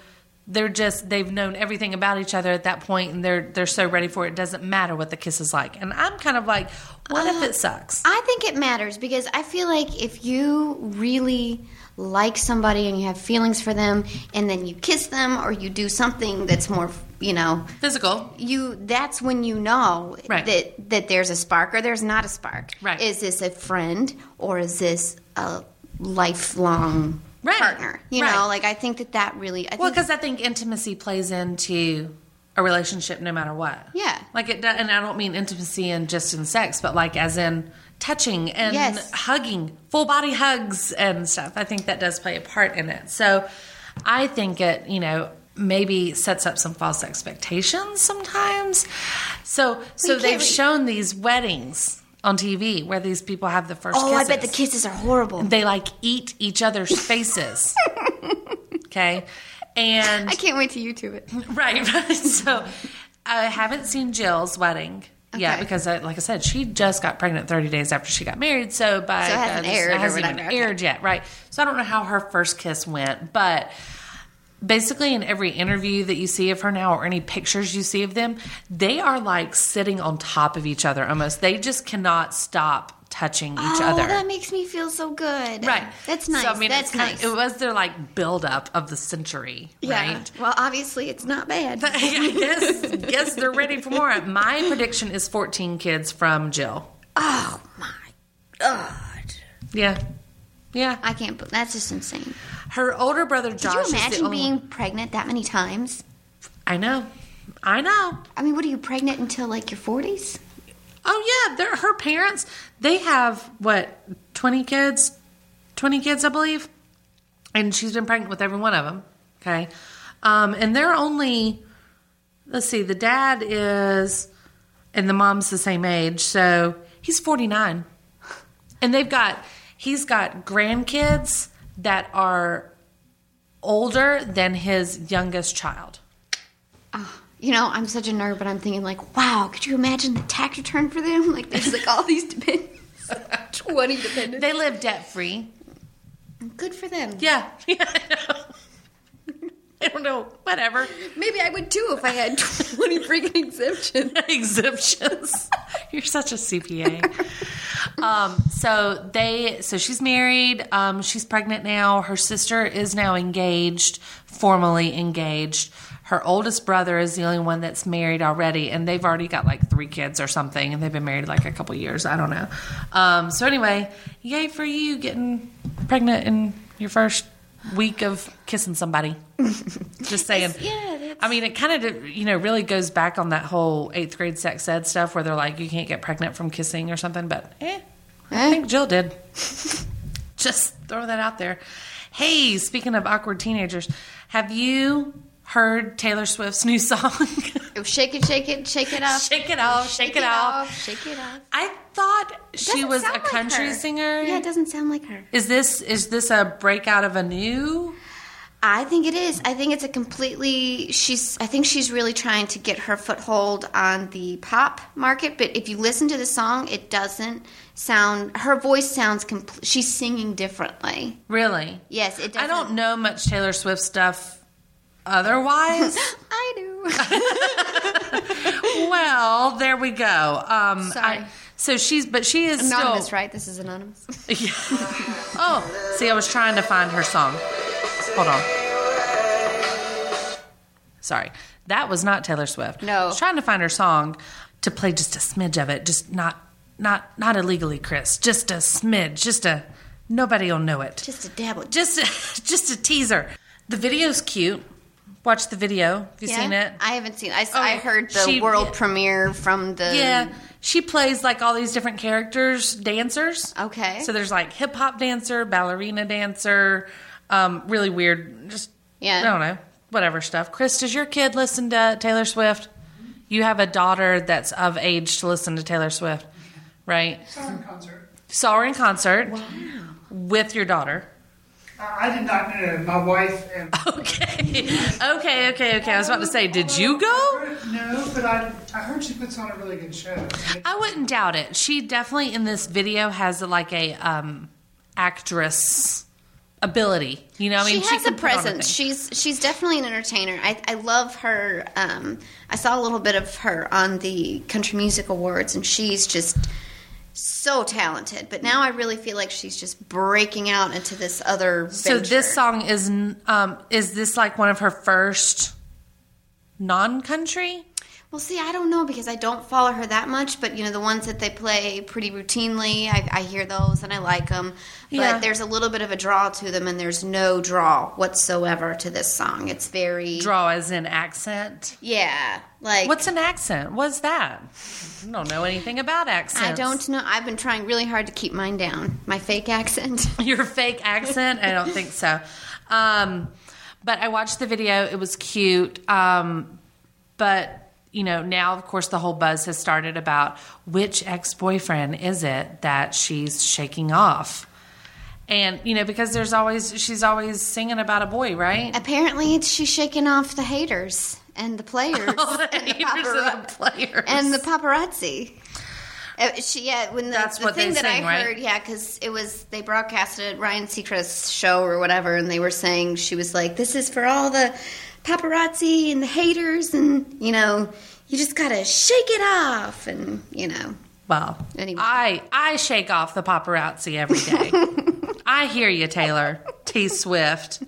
they're just they've known everything about each other at that point and they're they're so ready for it. It doesn't matter what the kiss is like. And I'm kind of like, what if it sucks? I think it matters because I feel like if you really like somebody and you have feelings for them, and then you kiss them or you do something that's more, you know, Physical. you that's when you know Right. that that there's a spark or there's not a spark. Right. Is this a friend or is this a lifelong Right. partner? You Right. know, like I think that that really. I Well, think, because I think intimacy plays into a relationship no matter what. Yeah. Like it, do- and I don't mean intimacy and just in sex, but like as in touching and Yes. hugging, full body hugs and stuff. I think that does play a part in it. So I think it, you know, maybe sets up some false expectations sometimes. So so you can't they've re- shown these weddings on TV where these people have the first Oh, I kisses. bet the kisses are horrible. they like eat each other's *laughs* faces. okay. And I can't wait to YouTube it. *laughs* right, right. So I haven't seen Jill's wedding. yet Okay. because I, like I said, she just got pregnant 30 days after she got married. So by So it hasn't uh, aired or hasn't even whatever, okay. aired yet, right? So I don't know how her first kiss went, but basically in every interview that you see of her now or any pictures you see of them, they are like sitting on top of each other almost. They just cannot stop touching each oh, other. that makes me feel so good. Right. That's nice. So, I mean, That's it's kind nice. of- it was their like buildup of the century, yeah. right? Well, obviously, it's not *laughs* bad. I guess, guess they're ready for more. My prediction is 14 kids from Jill. oh my god. Yeah. Yeah. I can't. bel- That's just insane. Her older brother Josh. Could is you the imagine only- being pregnant that many times? I know. I know. I mean, what are you pregnant until like your forties? Oh, yeah. They're, her parents, they have what, 20 kids? 20 kids, I believe. And she's been pregnant with every one of them. Okay. Um, and they're only, let's see, the dad is, and the mom's the same age. So he's 49. And they've got, he's got grandkids that are older than his youngest child. You know, I'm such a nerd, but I'm thinking like, wow, could you imagine the tax return for them? *laughs* Like, there's like all these dependents, *laughs* twenty dependents. They live debt free. Good for them. Yeah. *laughs* Yeah, I know. *laughs* I don't know. Whatever. *laughs* Maybe I would too if I had *laughs* twenty freaking exemptions. Exemptions. *laughs* You're such a CPA. Um, so they so she's married, um, she's pregnant now, her sister is now engaged, formally engaged. Her oldest brother is the only one that's married already, and they've already got like three kids or something, and they've been married like a couple years. I don't know. Um, so anyway, yay for you getting pregnant in your first week of kissing somebody. Just saying. yeah, that's- I mean, it kind of you know really goes back on that whole eighth grade sex ed stuff where they're like you can't get pregnant from kissing or something, but eh, I Eh. think Jill did. *laughs* Just throw that out there. Hey, speaking of awkward teenagers, have you heard Taylor Swift's new *laughs* *laughs* song? Shake it, shake it, shake it up. shake it off, shake, it, off. Shake it off. I thought she Doesn't was a sound like country her. singer. Yeah, it doesn't sound like her. is this is this a breakout of a new? I think it is. I think it's a completely she's I think she's really trying to get her foothold on the pop market, but if you listen to the song, it doesn't sound her voice sounds complete she's singing differently. Really? Yes, it doesn't. I don't know much Taylor Swift *laughs* stuff otherwise. I do. well, there we go. Um, Sorry. I, so she's, but she is anonymous, still. right? This is anonymous. Yeah. *laughs* oh, see, I was trying to find her song. Hold on. Sorry, that was not Taylor Swift. No. I was trying to find her song to play just a smidge of it, just not, not, not illegally, Chris. Just a smidge, just a. Nobody will know it Just a dabble. Just just a, *laughs* just a teaser. The video's cute. Watch the video. Have you seen it? I haven't seen it. I, s- Oh, I heard the she- world premiere from the yeah. She plays like all these different characters, dancers. Okay. So there's like hip hop dancer, ballerina dancer, um, really weird, just, Yeah. I don't know, whatever stuff. Chris, does your kid listen to Taylor Swift? You have a daughter that's of age to listen to Taylor Swift, right? Saw in concert. Saw her in concert with your daughter. *laughs* I, I did not know. My wife um, and. Okay. Okay, okay, okay. I was about to say, did you go? *laughs* No, but I, I heard she puts on a really good show. I wouldn't doubt it. She definitely in this video has like a um actress ability. You know, I mean, she has can a put on presence. thing. She's she's definitely an entertainer. I, I love her. Um, I saw a little bit of her on the Country Music Awards, and she's just so talented. But now I really feel like she's just breaking out into this other. so venture. this song is n- um is this like one of her first non-country? Well, see, I don't know because I don't follow her that much. But you know, the ones that they play pretty routinely, I, I hear those and I like them. But Yeah. there's a little bit of a draw to them, and there's no draw whatsoever to this song. It's very Draw as in accent. Yeah, like What's an accent? What's that? I don't know anything about accents. I don't know. I've been trying really hard to keep mine *laughs* down. My fake accent. *laughs* your fake accent? I don't think so. Um, But I watched the video. It was cute. Um, but you know, now of course the whole buzz has started about which ex-boyfriend is it that she's shaking off. And you know, because there's always she's always singing about a boy, right? Apparently, it's she's shaking off the haters and *laughs* the players *laughs* and, the Oh, Haters papara- of the players. and the paparazzi. Uh, she, yeah, when the, That's the what they thing that sing, I right? heard, yeah, because it was they broadcasted it, Ryan Seacrest's show or whatever, and they were saying she was like, "This is for all the paparazzi and the haters, and you know, you just gotta shake it off," and you know, Well, Anyway. I I shake off the paparazzi every day. *laughs* I hear you, Taylor T Swift.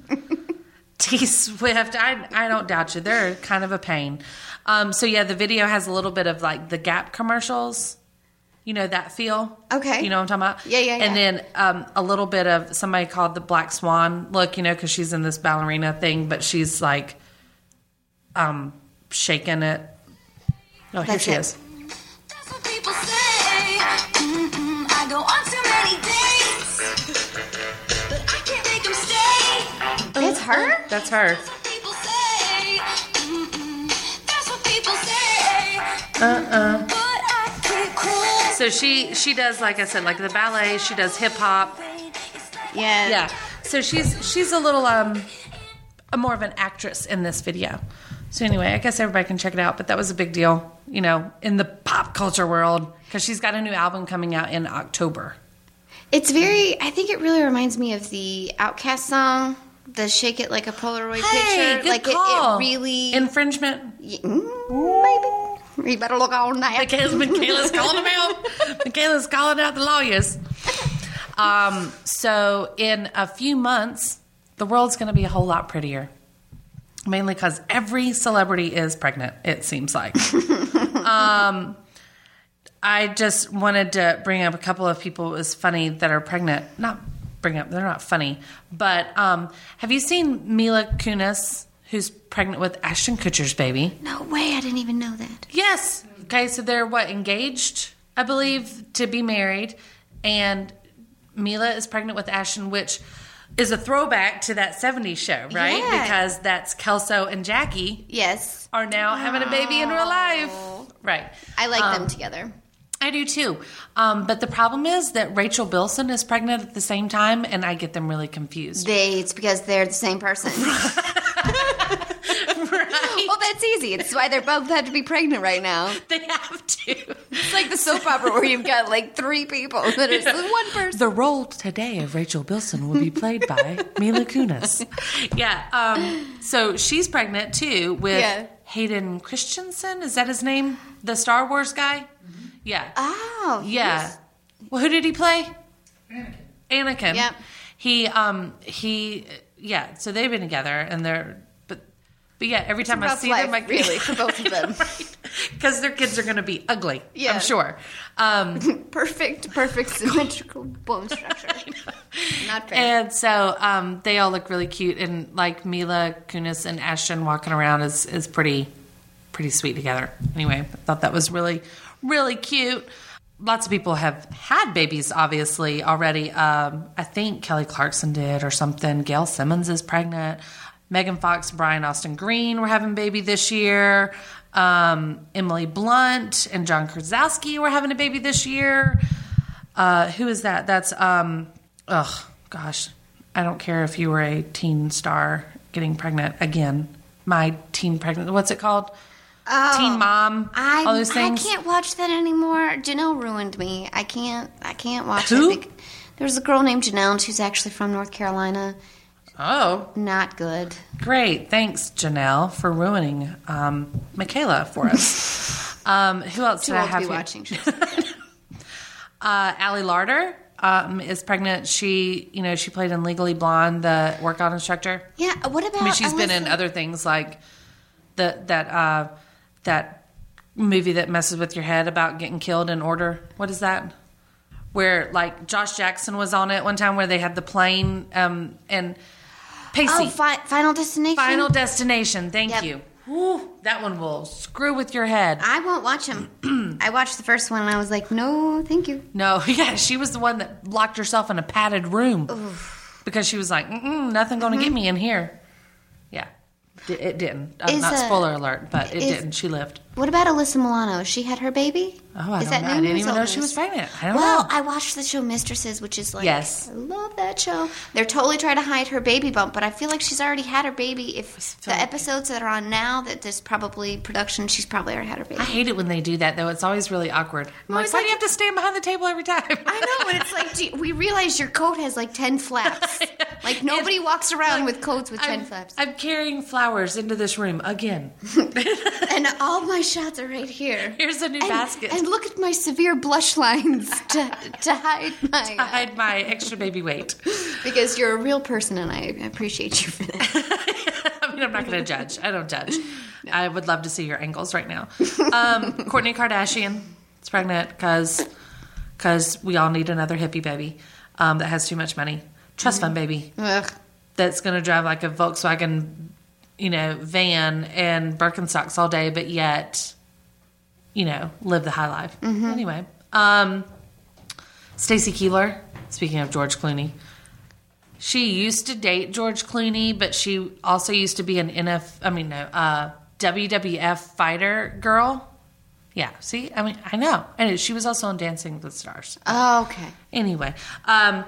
T Swift, I I don't doubt you. They're kind of a pain. Um, so yeah, the video has a little bit of like the Gap commercials. You know that feel? Okay. You know what I'm talking about? Yeah, yeah, yeah. And then um, a little bit of somebody called the Black Swan look, you know, because she's in this ballerina thing, but she's like um, shaking it. Oh, here That's she it. is. That's what people say. Mm-mm, I go on too many dates, but I can't make 'em stay. it's her. That's her. That's what people say. Mm-mm, that's what people say. Uh-uh. But I keep cool. Uh. So she she does like I said, like the ballet. She does hip hop. Yeah, Yeah. So she's she's a little um, a more of an actress in this video. So anyway, I guess everybody can check it out. But that was a big deal, you know, in the pop culture world because she's got a new album coming out in October. It's very. I think it really reminds me of the Outcast song, the "Shake It Like a Polaroid Picture." like call. it, it really. infringement. y- mm, maybe you better look on that. Michaela's, Michaela's calling them out. Michaela's calling out the lawyers. Um, so in a few months, the world's going to be a whole lot prettier. Mainly because every celebrity is pregnant, it seems like. um, I just wanted to bring up a couple of people. It was funny that are pregnant. Not bring up; they're not funny. But um, have you seen Mila Kunis, who's pregnant with Ashton Kutcher's baby? No way! I didn't even know that. Yes. Okay, so they're what engaged, I believe, to be married, and Mila is pregnant with Ashton, which is a throwback to that '70s show, right? Yeah. Because that's Kelso and Jackie Yes, are now having a baby in real life, right? I like Um, them together. I do too. Um, but the problem is that Rachel Bilson is pregnant at the same time, and I get them really confused. They. It's because they're the *laughs* same person. right? well, that's easy. It's why they're both had to be pregnant right now. *laughs* they have to. It's like the soap opera where you've got like three people that are one person. The role today of Rachel Bilson will be played *laughs* by Mila Kunis. Yeah. Um, so she's pregnant too with Yeah. Hayden Christensen. Is that his name? The Star Wars guy? Yeah. Mm-hmm. Oh, yeah. Well, who did he play? Anakin. Anakin. Yep. He, um, he, yeah. So they've been together and they're, but, but yeah, every time I rough see life, them, I really, *laughs* for both of them. Because their kids are going to be ugly. Yeah. I'm sure. Um, Perfect, *laughs* perfect symmetrical bone structure. Not fair. And so um, they all look really cute, and like Mila Kunis and Ashton walking around is is pretty pretty sweet together. Anyway, I thought that was really really cute. Lots of people have had babies, obviously already. Um, I think Kelly Clarkson did or something. Gail Simmons is pregnant. Megan Fox, Brian Austin Green were having a baby this year. Um, Emily Blunt and John Krasinski were having a baby this year uh, who is that? That's um, ugh, gosh, I don't care if you were a teen star getting pregnant again. My teen pregnant, what's it called? teen mom. I, Um, all those Oh, I things. can't watch that anymore. Janelle ruined me. I can't. I can't watch Who? it. bec- There's a girl named Janelle, and she's actually from North Carolina. Oh, Not good. great! Thanks, Janelle, for ruining um, Michaela for us. *laughs* um, who else Too did I old to have be here? watching shows. Uh, Allie Larder um, is pregnant. She, you know, she played in Legally Blonde, the workout instructor. *laughs* yeah. uh, What about? I mean, she's been in Alyssa- other things like the that uh, that movie that messes with your head about getting killed in order. What is that? Where like Josh Jackson was on it one time, where they had the plane um, and Pacey. Oh, fi- Final Destination. Final Destination. Thank Yep. you. Whew, that one will screw with your head. I won't watch them. *clears throat* I watched the first one and I was like, no, thank you. No, *laughs* yeah, she was the one that locked Mm-hmm. herself in a padded room because she was like, Mm-mm, nothing going to get me in here. D- It didn't. Uh, Is not a- spoiler alert, but it is- didn't. She lived. What about Alyssa Milano? She had her baby. Oh, I don't know. I new didn't or even old know she news? was pregnant. I don't well, know. I watched the show Mistresses, which is like Yes. I love that show. They're totally trying to hide her baby bump, but I feel like she's already had her baby. If the like- episodes that are on now, that there's probably production, she's probably already had her baby. I hate it when they do that, though. It's always really awkward. I'm like, always why like- do you have to stand behind the table every time? *laughs* I know, but it's like do you- we realize your coat has like ten *laughs* flaps. Like nobody walks around with coats with 10 I'm- flaps. I'm carrying flowers into this room again. *laughs* and all my shots are right *laughs* here. Here's a new And, basket and look at my severe blush *laughs* lines to, to hide my to hide my extra baby weight. *laughs* because you're a real person and I appreciate you for that. I mean, I'm not going to judge. I don't judge. I would love to see your angles right now. *laughs* Um, Courtney Kardashian is pregnant because we all need another hippie baby um, that has too much money. Trust Mm-hmm. fund baby Ugh. that's going to drive like a Volkswagen, you know, van and Birkenstocks all day, but yet, you know, live the high life. Anyway, um, Stacy Keebler. Speaking of George Clooney, she used to date George Clooney, but she also used to be an NF. I mean, no, uh, WWF fighter girl. Yeah, see, I mean, I know. And she was also on Dancing with the Stars. Oh, okay. Anyway, um,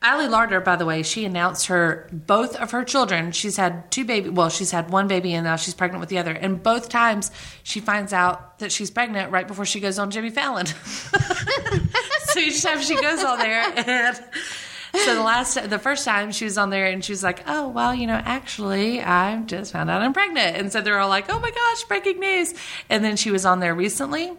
Allie Larder, by the way, she announced her both of her children. She's had two baby. Well, she's had one baby and now she's pregnant with the other. And both times she finds out that she's pregnant right before she goes on Jimmy Fallon. *laughs* so each time she goes on there, and so the last, the first time she was on there and she was like, "Oh well, you know, actually, I just found out I'm pregnant." And so they're all like, "Oh my gosh, breaking news!" And then she was on there recently.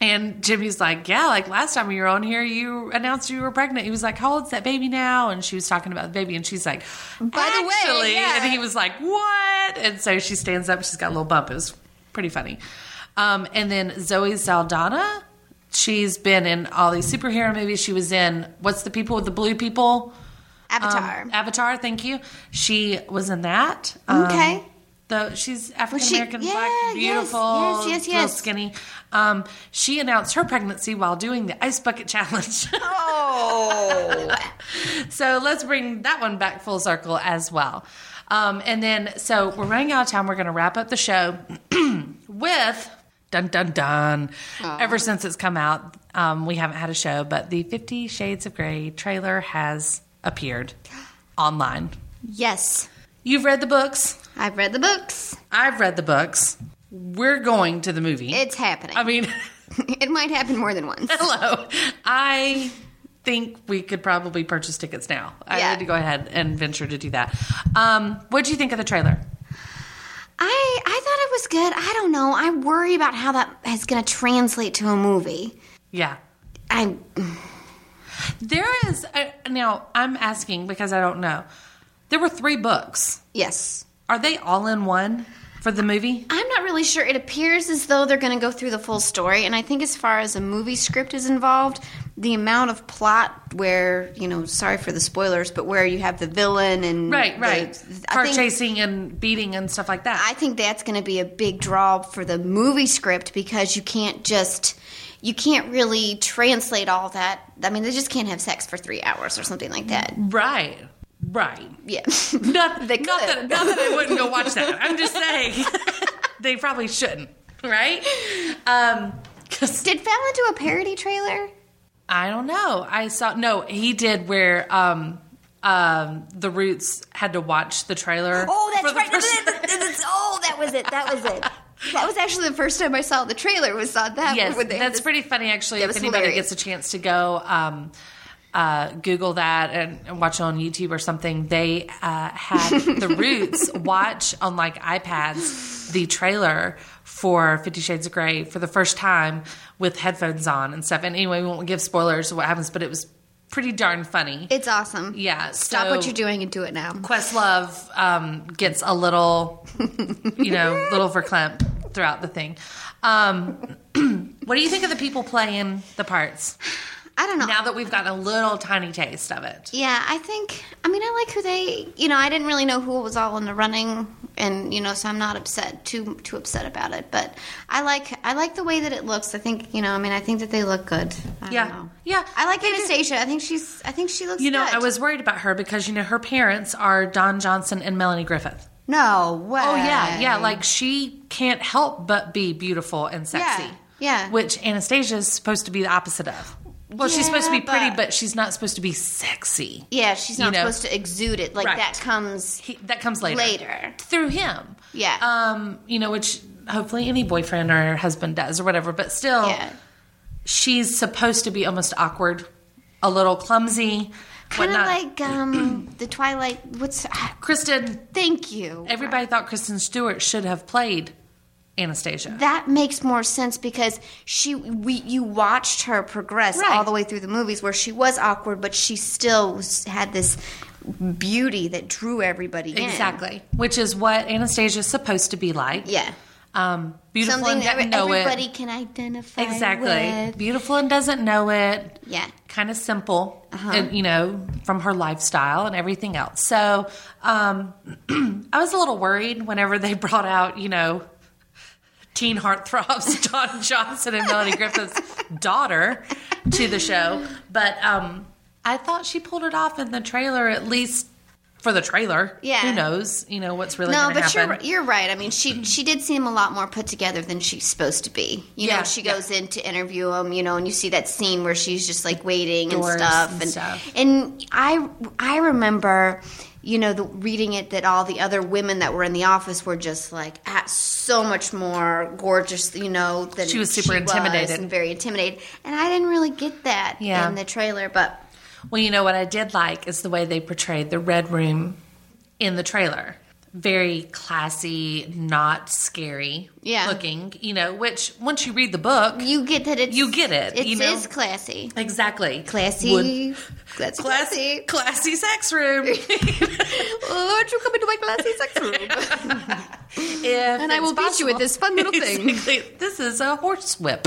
And Jimmy's like, yeah, like last time you were on here, you announced you were pregnant. He was like, how old's that baby now? And she was talking about the baby, and she's like, By the way, "Actually," yeah. and he was like, what? And so she stands up. She's got a little bump. It was pretty funny. Um, and then Zoe Saldana, she's been in all these superhero movies. She was in what's the people with the blue people? Avatar. Um, Avatar. Thank you. She was in that. Okay. Though she's African she- American, yeah, yes, black, beautiful, yes, yes, little yes. skinny. Um, she announced her pregnancy while doing the ice bucket *laughs* challenge. oh. *laughs* so let's bring that one back full circle as well. Um, and then, so we're running out of time. We're going to wrap up the show *clears throat* with dun dun dun. Ever since it's come out, um, we haven't had a show, but the Fifty Shades of Grey trailer has appeared online. Yes. You've read the books. I've read the books. I've read the books. We're going to the movie. It's happening. I mean, *laughs* it might happen more than once. *laughs* hello. I think we could probably purchase tickets now. I Yeah. need to go ahead and venture to do that. Um, what do you think of the trailer? I I thought it was good. I don't know. I worry about how that is going to translate to a movie. Yeah. I There is, uh, now I'm asking because I don't know. There were three books. yes. Are they all in one for the movie? I'm not really sure. It appears as though they're going to go through the full story, and I think as far as a movie script is involved, the amount of plot where you know, sorry for the spoilers, but where you have the villain and Right, the- right. I Car think- chasing and beating and stuff like that. I think that's going to be a big draw for the movie script because you can't just you can't really translate all that. I mean, they just can't have sex for three hours or something like that. right, right. Yeah, Mm. *laughs* Not, *laughs* They not that, could. not that I wouldn't go watch that. I'm *laughs* just saying *laughs* they probably shouldn't, right? Um, 'cause Did Fallon do a parody trailer? I don't know. I saw no. He did where um, um, the Roots had to watch the trailer. Oh, for that's the right. first- oh, that was it. That was it. That was actually the first time I saw the trailer. Was saw that. yes, when they had that's this- pretty funny actually. That If was anybody hilarious. gets a chance to go um, uh, Google that and, and watch it on YouTube or something, they uh, *laughs* had the Roots watch on like iPads the trailer for Fifty Shades of Grey for the first time with headphones on and stuff. And anyway, we won't give spoilers of what happens, but it was pretty darn funny. It's awesome. yeah, Stop what so- you're doing and do it now. Questlove um, gets a little, you know, little verklempt throughout the thing. Um, *clears throat* what do you think of the people playing the parts I don't know. now that we've gotten a little tiny taste of it? Yeah, I think. I mean, I like who they. You know, I didn't really know who was all in the running, and you know, so I'm not upset too too upset about it. But I like I like the way that it looks. I think you know. I mean, I think that they look good. I don't Yeah. know. Yeah, I like they do. Anastasia. I think she's. I think she looks. You know, good. I was worried about her because you know her parents are Don Johnson and Melanie Griffith. No way. Oh yeah, yeah. Like she can't help but be beautiful and sexy. Yeah, yeah. Which Anastasia is supposed to be the opposite of. Well, she's supposed to be Yeah, pretty, but- but she's not supposed to be sexy. yeah, she's you not know. supposed to exude it. Like Right. that comes He, that comes later. later. Through him. Yeah. Um, you know, which hopefully any boyfriend or husband does or whatever, but still Yeah. she's supposed to be almost awkward, a little clumsy, Kind of whatnot. like *clears throat* um the Twilight. What's? ah, Kristen Thank you. everybody thought Kristen Stewart should have played Anastasia. that makes more sense because she we you watched her progress Right. all the way through the movies where she was awkward but she still was- had this beauty that drew everybody in Exactly, which is what Anastasia's supposed to be like. yeah Um, beautiful something and that doesn't every- know everybody it. can identify Exactly, with. beautiful and doesn't know it. yeah Kind of simple, Uh-huh. and you know, from her lifestyle and everything else. So, um, *clears throat* I was a little worried whenever they *laughs* brought out, you know, teen heartthrobs *laughs* Don Johnson and Melanie Griffith's daughter to the show, but um, I thought she pulled it off in the trailer, at least for the trailer. Yeah. who knows? You know what's really no Gonna but happen. you're you're right i mean she she did seem a lot more put together than she's supposed to be you Yeah, know she yeah. goes in to interview him you know and you see that scene where she's just like waiting and Doors stuff and and, stuff. and i i remember you know the reading it that all the other women that were in the office were just like at so much more gorgeous you know than She was super intimidated. and very intimidated and i didn't really get that Yeah. in the trailer but Well, you know what I did like is the way they portrayed the red room in the trailer. Very classy, not scary Yeah. looking, you know, which once you read the book, you get that it's You get it, it you know? is classy exactly. classy Would- that's classy, classy sex *laughs* room. Won't you come into my classy sex "Hmm." room? If *laughs* And I it's will beat you possible. with this fun little thing. *laughs* Exactly. This is a horsewhip.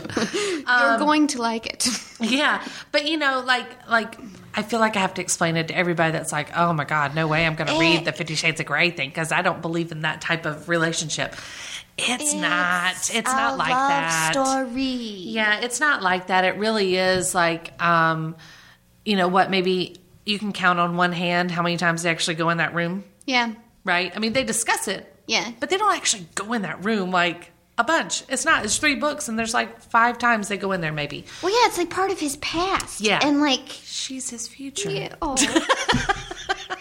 You're going to like it. yeah, but you know, like, like I feel like I have to explain it to everybody that's like, oh my god, no way, I'm going to read the Fifty Shades of Grey thing because I don't believe in that type of relationship. It's, not. It's not like that. Story. Yeah, it's not like that. It really is like, um, you know, what maybe you can count on one hand how many times they actually go in that room, Yeah. right? I mean, they discuss it, Yeah. but they don't actually go in that room like a bunch. It's not. It's three books, and there's like five times they go in there, maybe. Well, yeah, it's like part of his past. Yeah. And like, She's his future. yeah, oh. so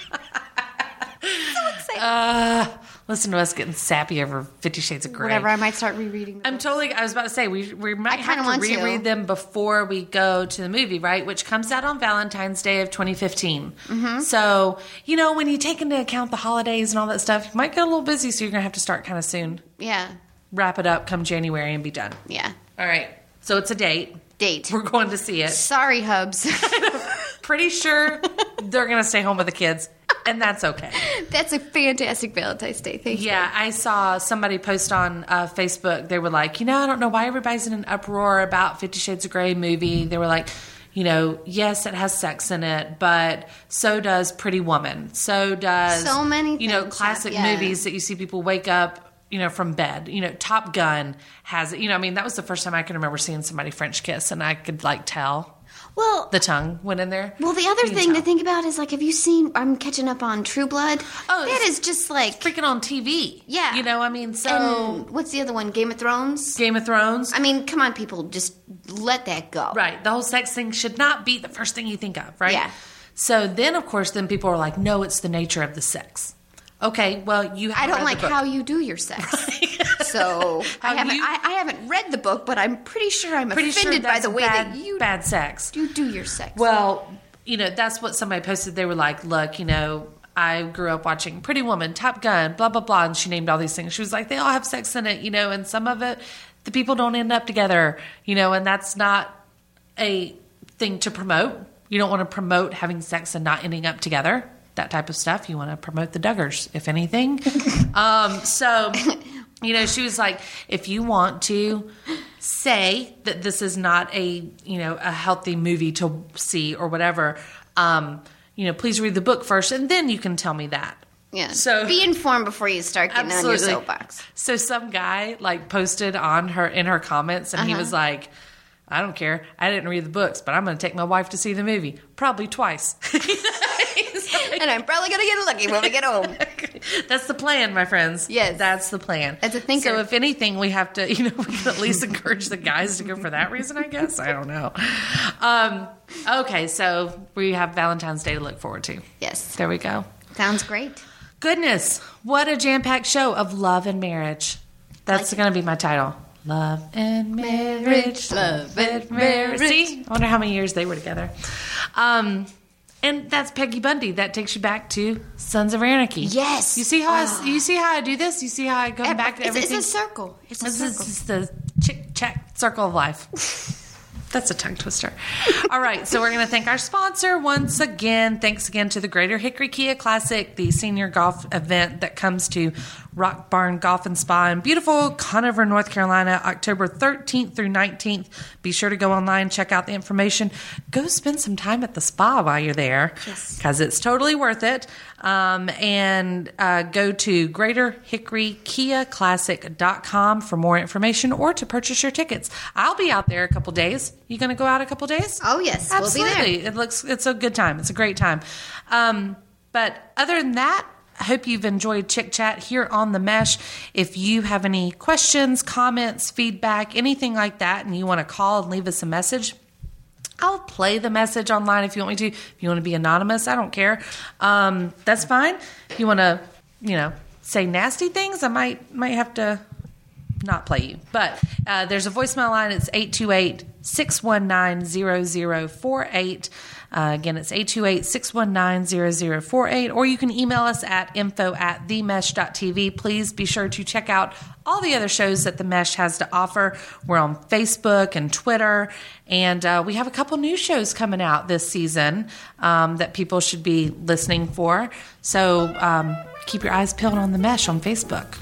excited. Listen to us getting sappy over Fifty Shades of Grey. Whatever, I might start rereading. I'm totally. I was about to say we we I might kinda have want to to. reread them before we go to the movie, right? Which comes out on Valentine's Day of 2015. Mm-hmm. So you know when you take into account the holidays and all that stuff, you might get a little busy. So you're gonna have to start kind of soon. yeah. Wrap it up, come January, and be done. Yeah. All right. So it's a date. Date. We're going to see it. Sorry, Hubs. *laughs* Pretty sure they're gonna stay home with the kids, and that's okay. That's a fantastic Valentine's Day. Thank you. Yeah, I saw somebody post on uh, Facebook. They were like, you know, I don't know why everybody's in an uproar about Fifty Shades of Grey movie. They were like, you know, yes, it has sex in it, but so does Pretty Woman. So does So many you know things, classic yeah. movies that you see people wake up. You know, from bed. You know, Top Gun has. You know, I mean, that was the first time I can remember seeing somebody French kiss, and I could like tell Well, the tongue went in there. well, the other You can thing to tell. think about is like, have you seen? I'm catching up on True Blood. Oh, that it's- is just like freaking on TV. Yeah. you know, I mean, so and what's the other one? Game of Thrones. Game of Thrones. I mean, come on, people, just let that go. Right. The whole sex thing should not be the first thing you think of, right? Yeah. So then, of course, then people are like, no, it's the nature of the sex. Okay, well, you I haven't don't read like the book. how you do *laughs* your sex. so How I haven't you- I, I haven't read the book, but I'm pretty sure I'm Pretty sure offended by that's the way bad, that you bad sex. you do your sex. Well, you know, that's what somebody posted. They were like, look, you know, I grew up watching Pretty Woman, Top Gun, blah, blah, blah. And she named all these things. She was like, they all have sex in it, you know, and some of it, the people don't end up together, you know, and that's not a thing to promote. You don't want to promote having sex and not ending up together. That type of stuff. You want to promote the Duggars, if anything. *laughs* um, so, you know, she was like, if you want to say that this is not a you know a healthy movie to see or whatever, um, you know, please read the book first, and then you can tell me that. yeah. so- be informed before you start getting on your soapbox. So some guy like posted on her in her comments, and he Uh-huh. was like, "I don't care. I didn't read the books, but I'm going to take my wife to see the movie, probably twice." *laughs* He's like- *laughs* And I'm probably gonna get lucky when we get home. That's the plan, my friends. Yes. that's the plan. As a thinker. So if anything, we have to, *laughs* you know, we can at least encourage the guys to go for that reason. I guess I don't know. Um, okay, so we have Valentine's Day to look forward to. Yes. There we go. Sounds great. Goodness, what a jam-packed show of love and marriage. That's going to be my title. Love and marriage, love and marriage. See, I wonder how many years they were together. Um, and that's Peggy Bundy. That takes you back to Sons of Anarchy. Yes. You see how I, s- you see how I do this. You see how I go back to it's, it's everything. a circle. It's a This circle. is just the chick check circle of life. *laughs* That's a tongue twister. *laughs* All right, so we're going to thank our sponsor once again. Thanks again to the Greater Hickory Kia Classic, the senior golf event that comes to Rock Barn Golf and Spa in beautiful Conover, North Carolina, October 13th through 19th. Be sure to go online, check out the information. Go spend some time at the spa while you're there because it's totally worth it. Um, and uh, go to greaterhickorykiaclassic.com for more information or to purchase your tickets. I'll be out there a couple days. You going to go out a couple days? Oh, yes, we'll be absolutely. there. It looks it's a good time. It's a great time. Um, but other than that. I hope you've enjoyed Chick Chat here on The Mesh. If you have any questions, comments, feedback, anything like that, and you want to call and leave us a message, I'll play the message online if you want me to. If you want to be anonymous, I don't care. Um, that's fine. If you want to, you know, say nasty things, I might might have to not play you. But uh, there's a voicemail line. It's 828 619 0048. Uh, Again, it's 828 619 0048. Or you can email us at info at themesh.tv. Please be sure to check out all the other shows that The Mesh has to offer. We're on Facebook and Twitter. And uh, we have a couple new shows coming out this season um, that people should be listening for. So um, keep your eyes peeled on The Mesh on Facebook.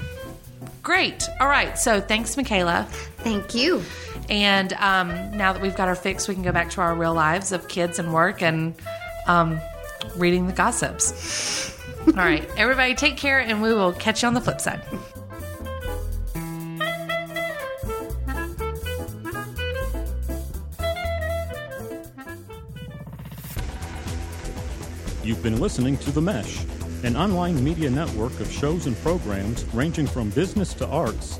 Great. All right. So thanks, Michaela. Thank you. And um, now that we've got our fix, we can go back to our real lives of kids and work and um, reading the gossips. All right. Everybody, take care, and we will catch you on the flip side. You've been listening to The Mesh, an online media network of shows and programs ranging from business to arts,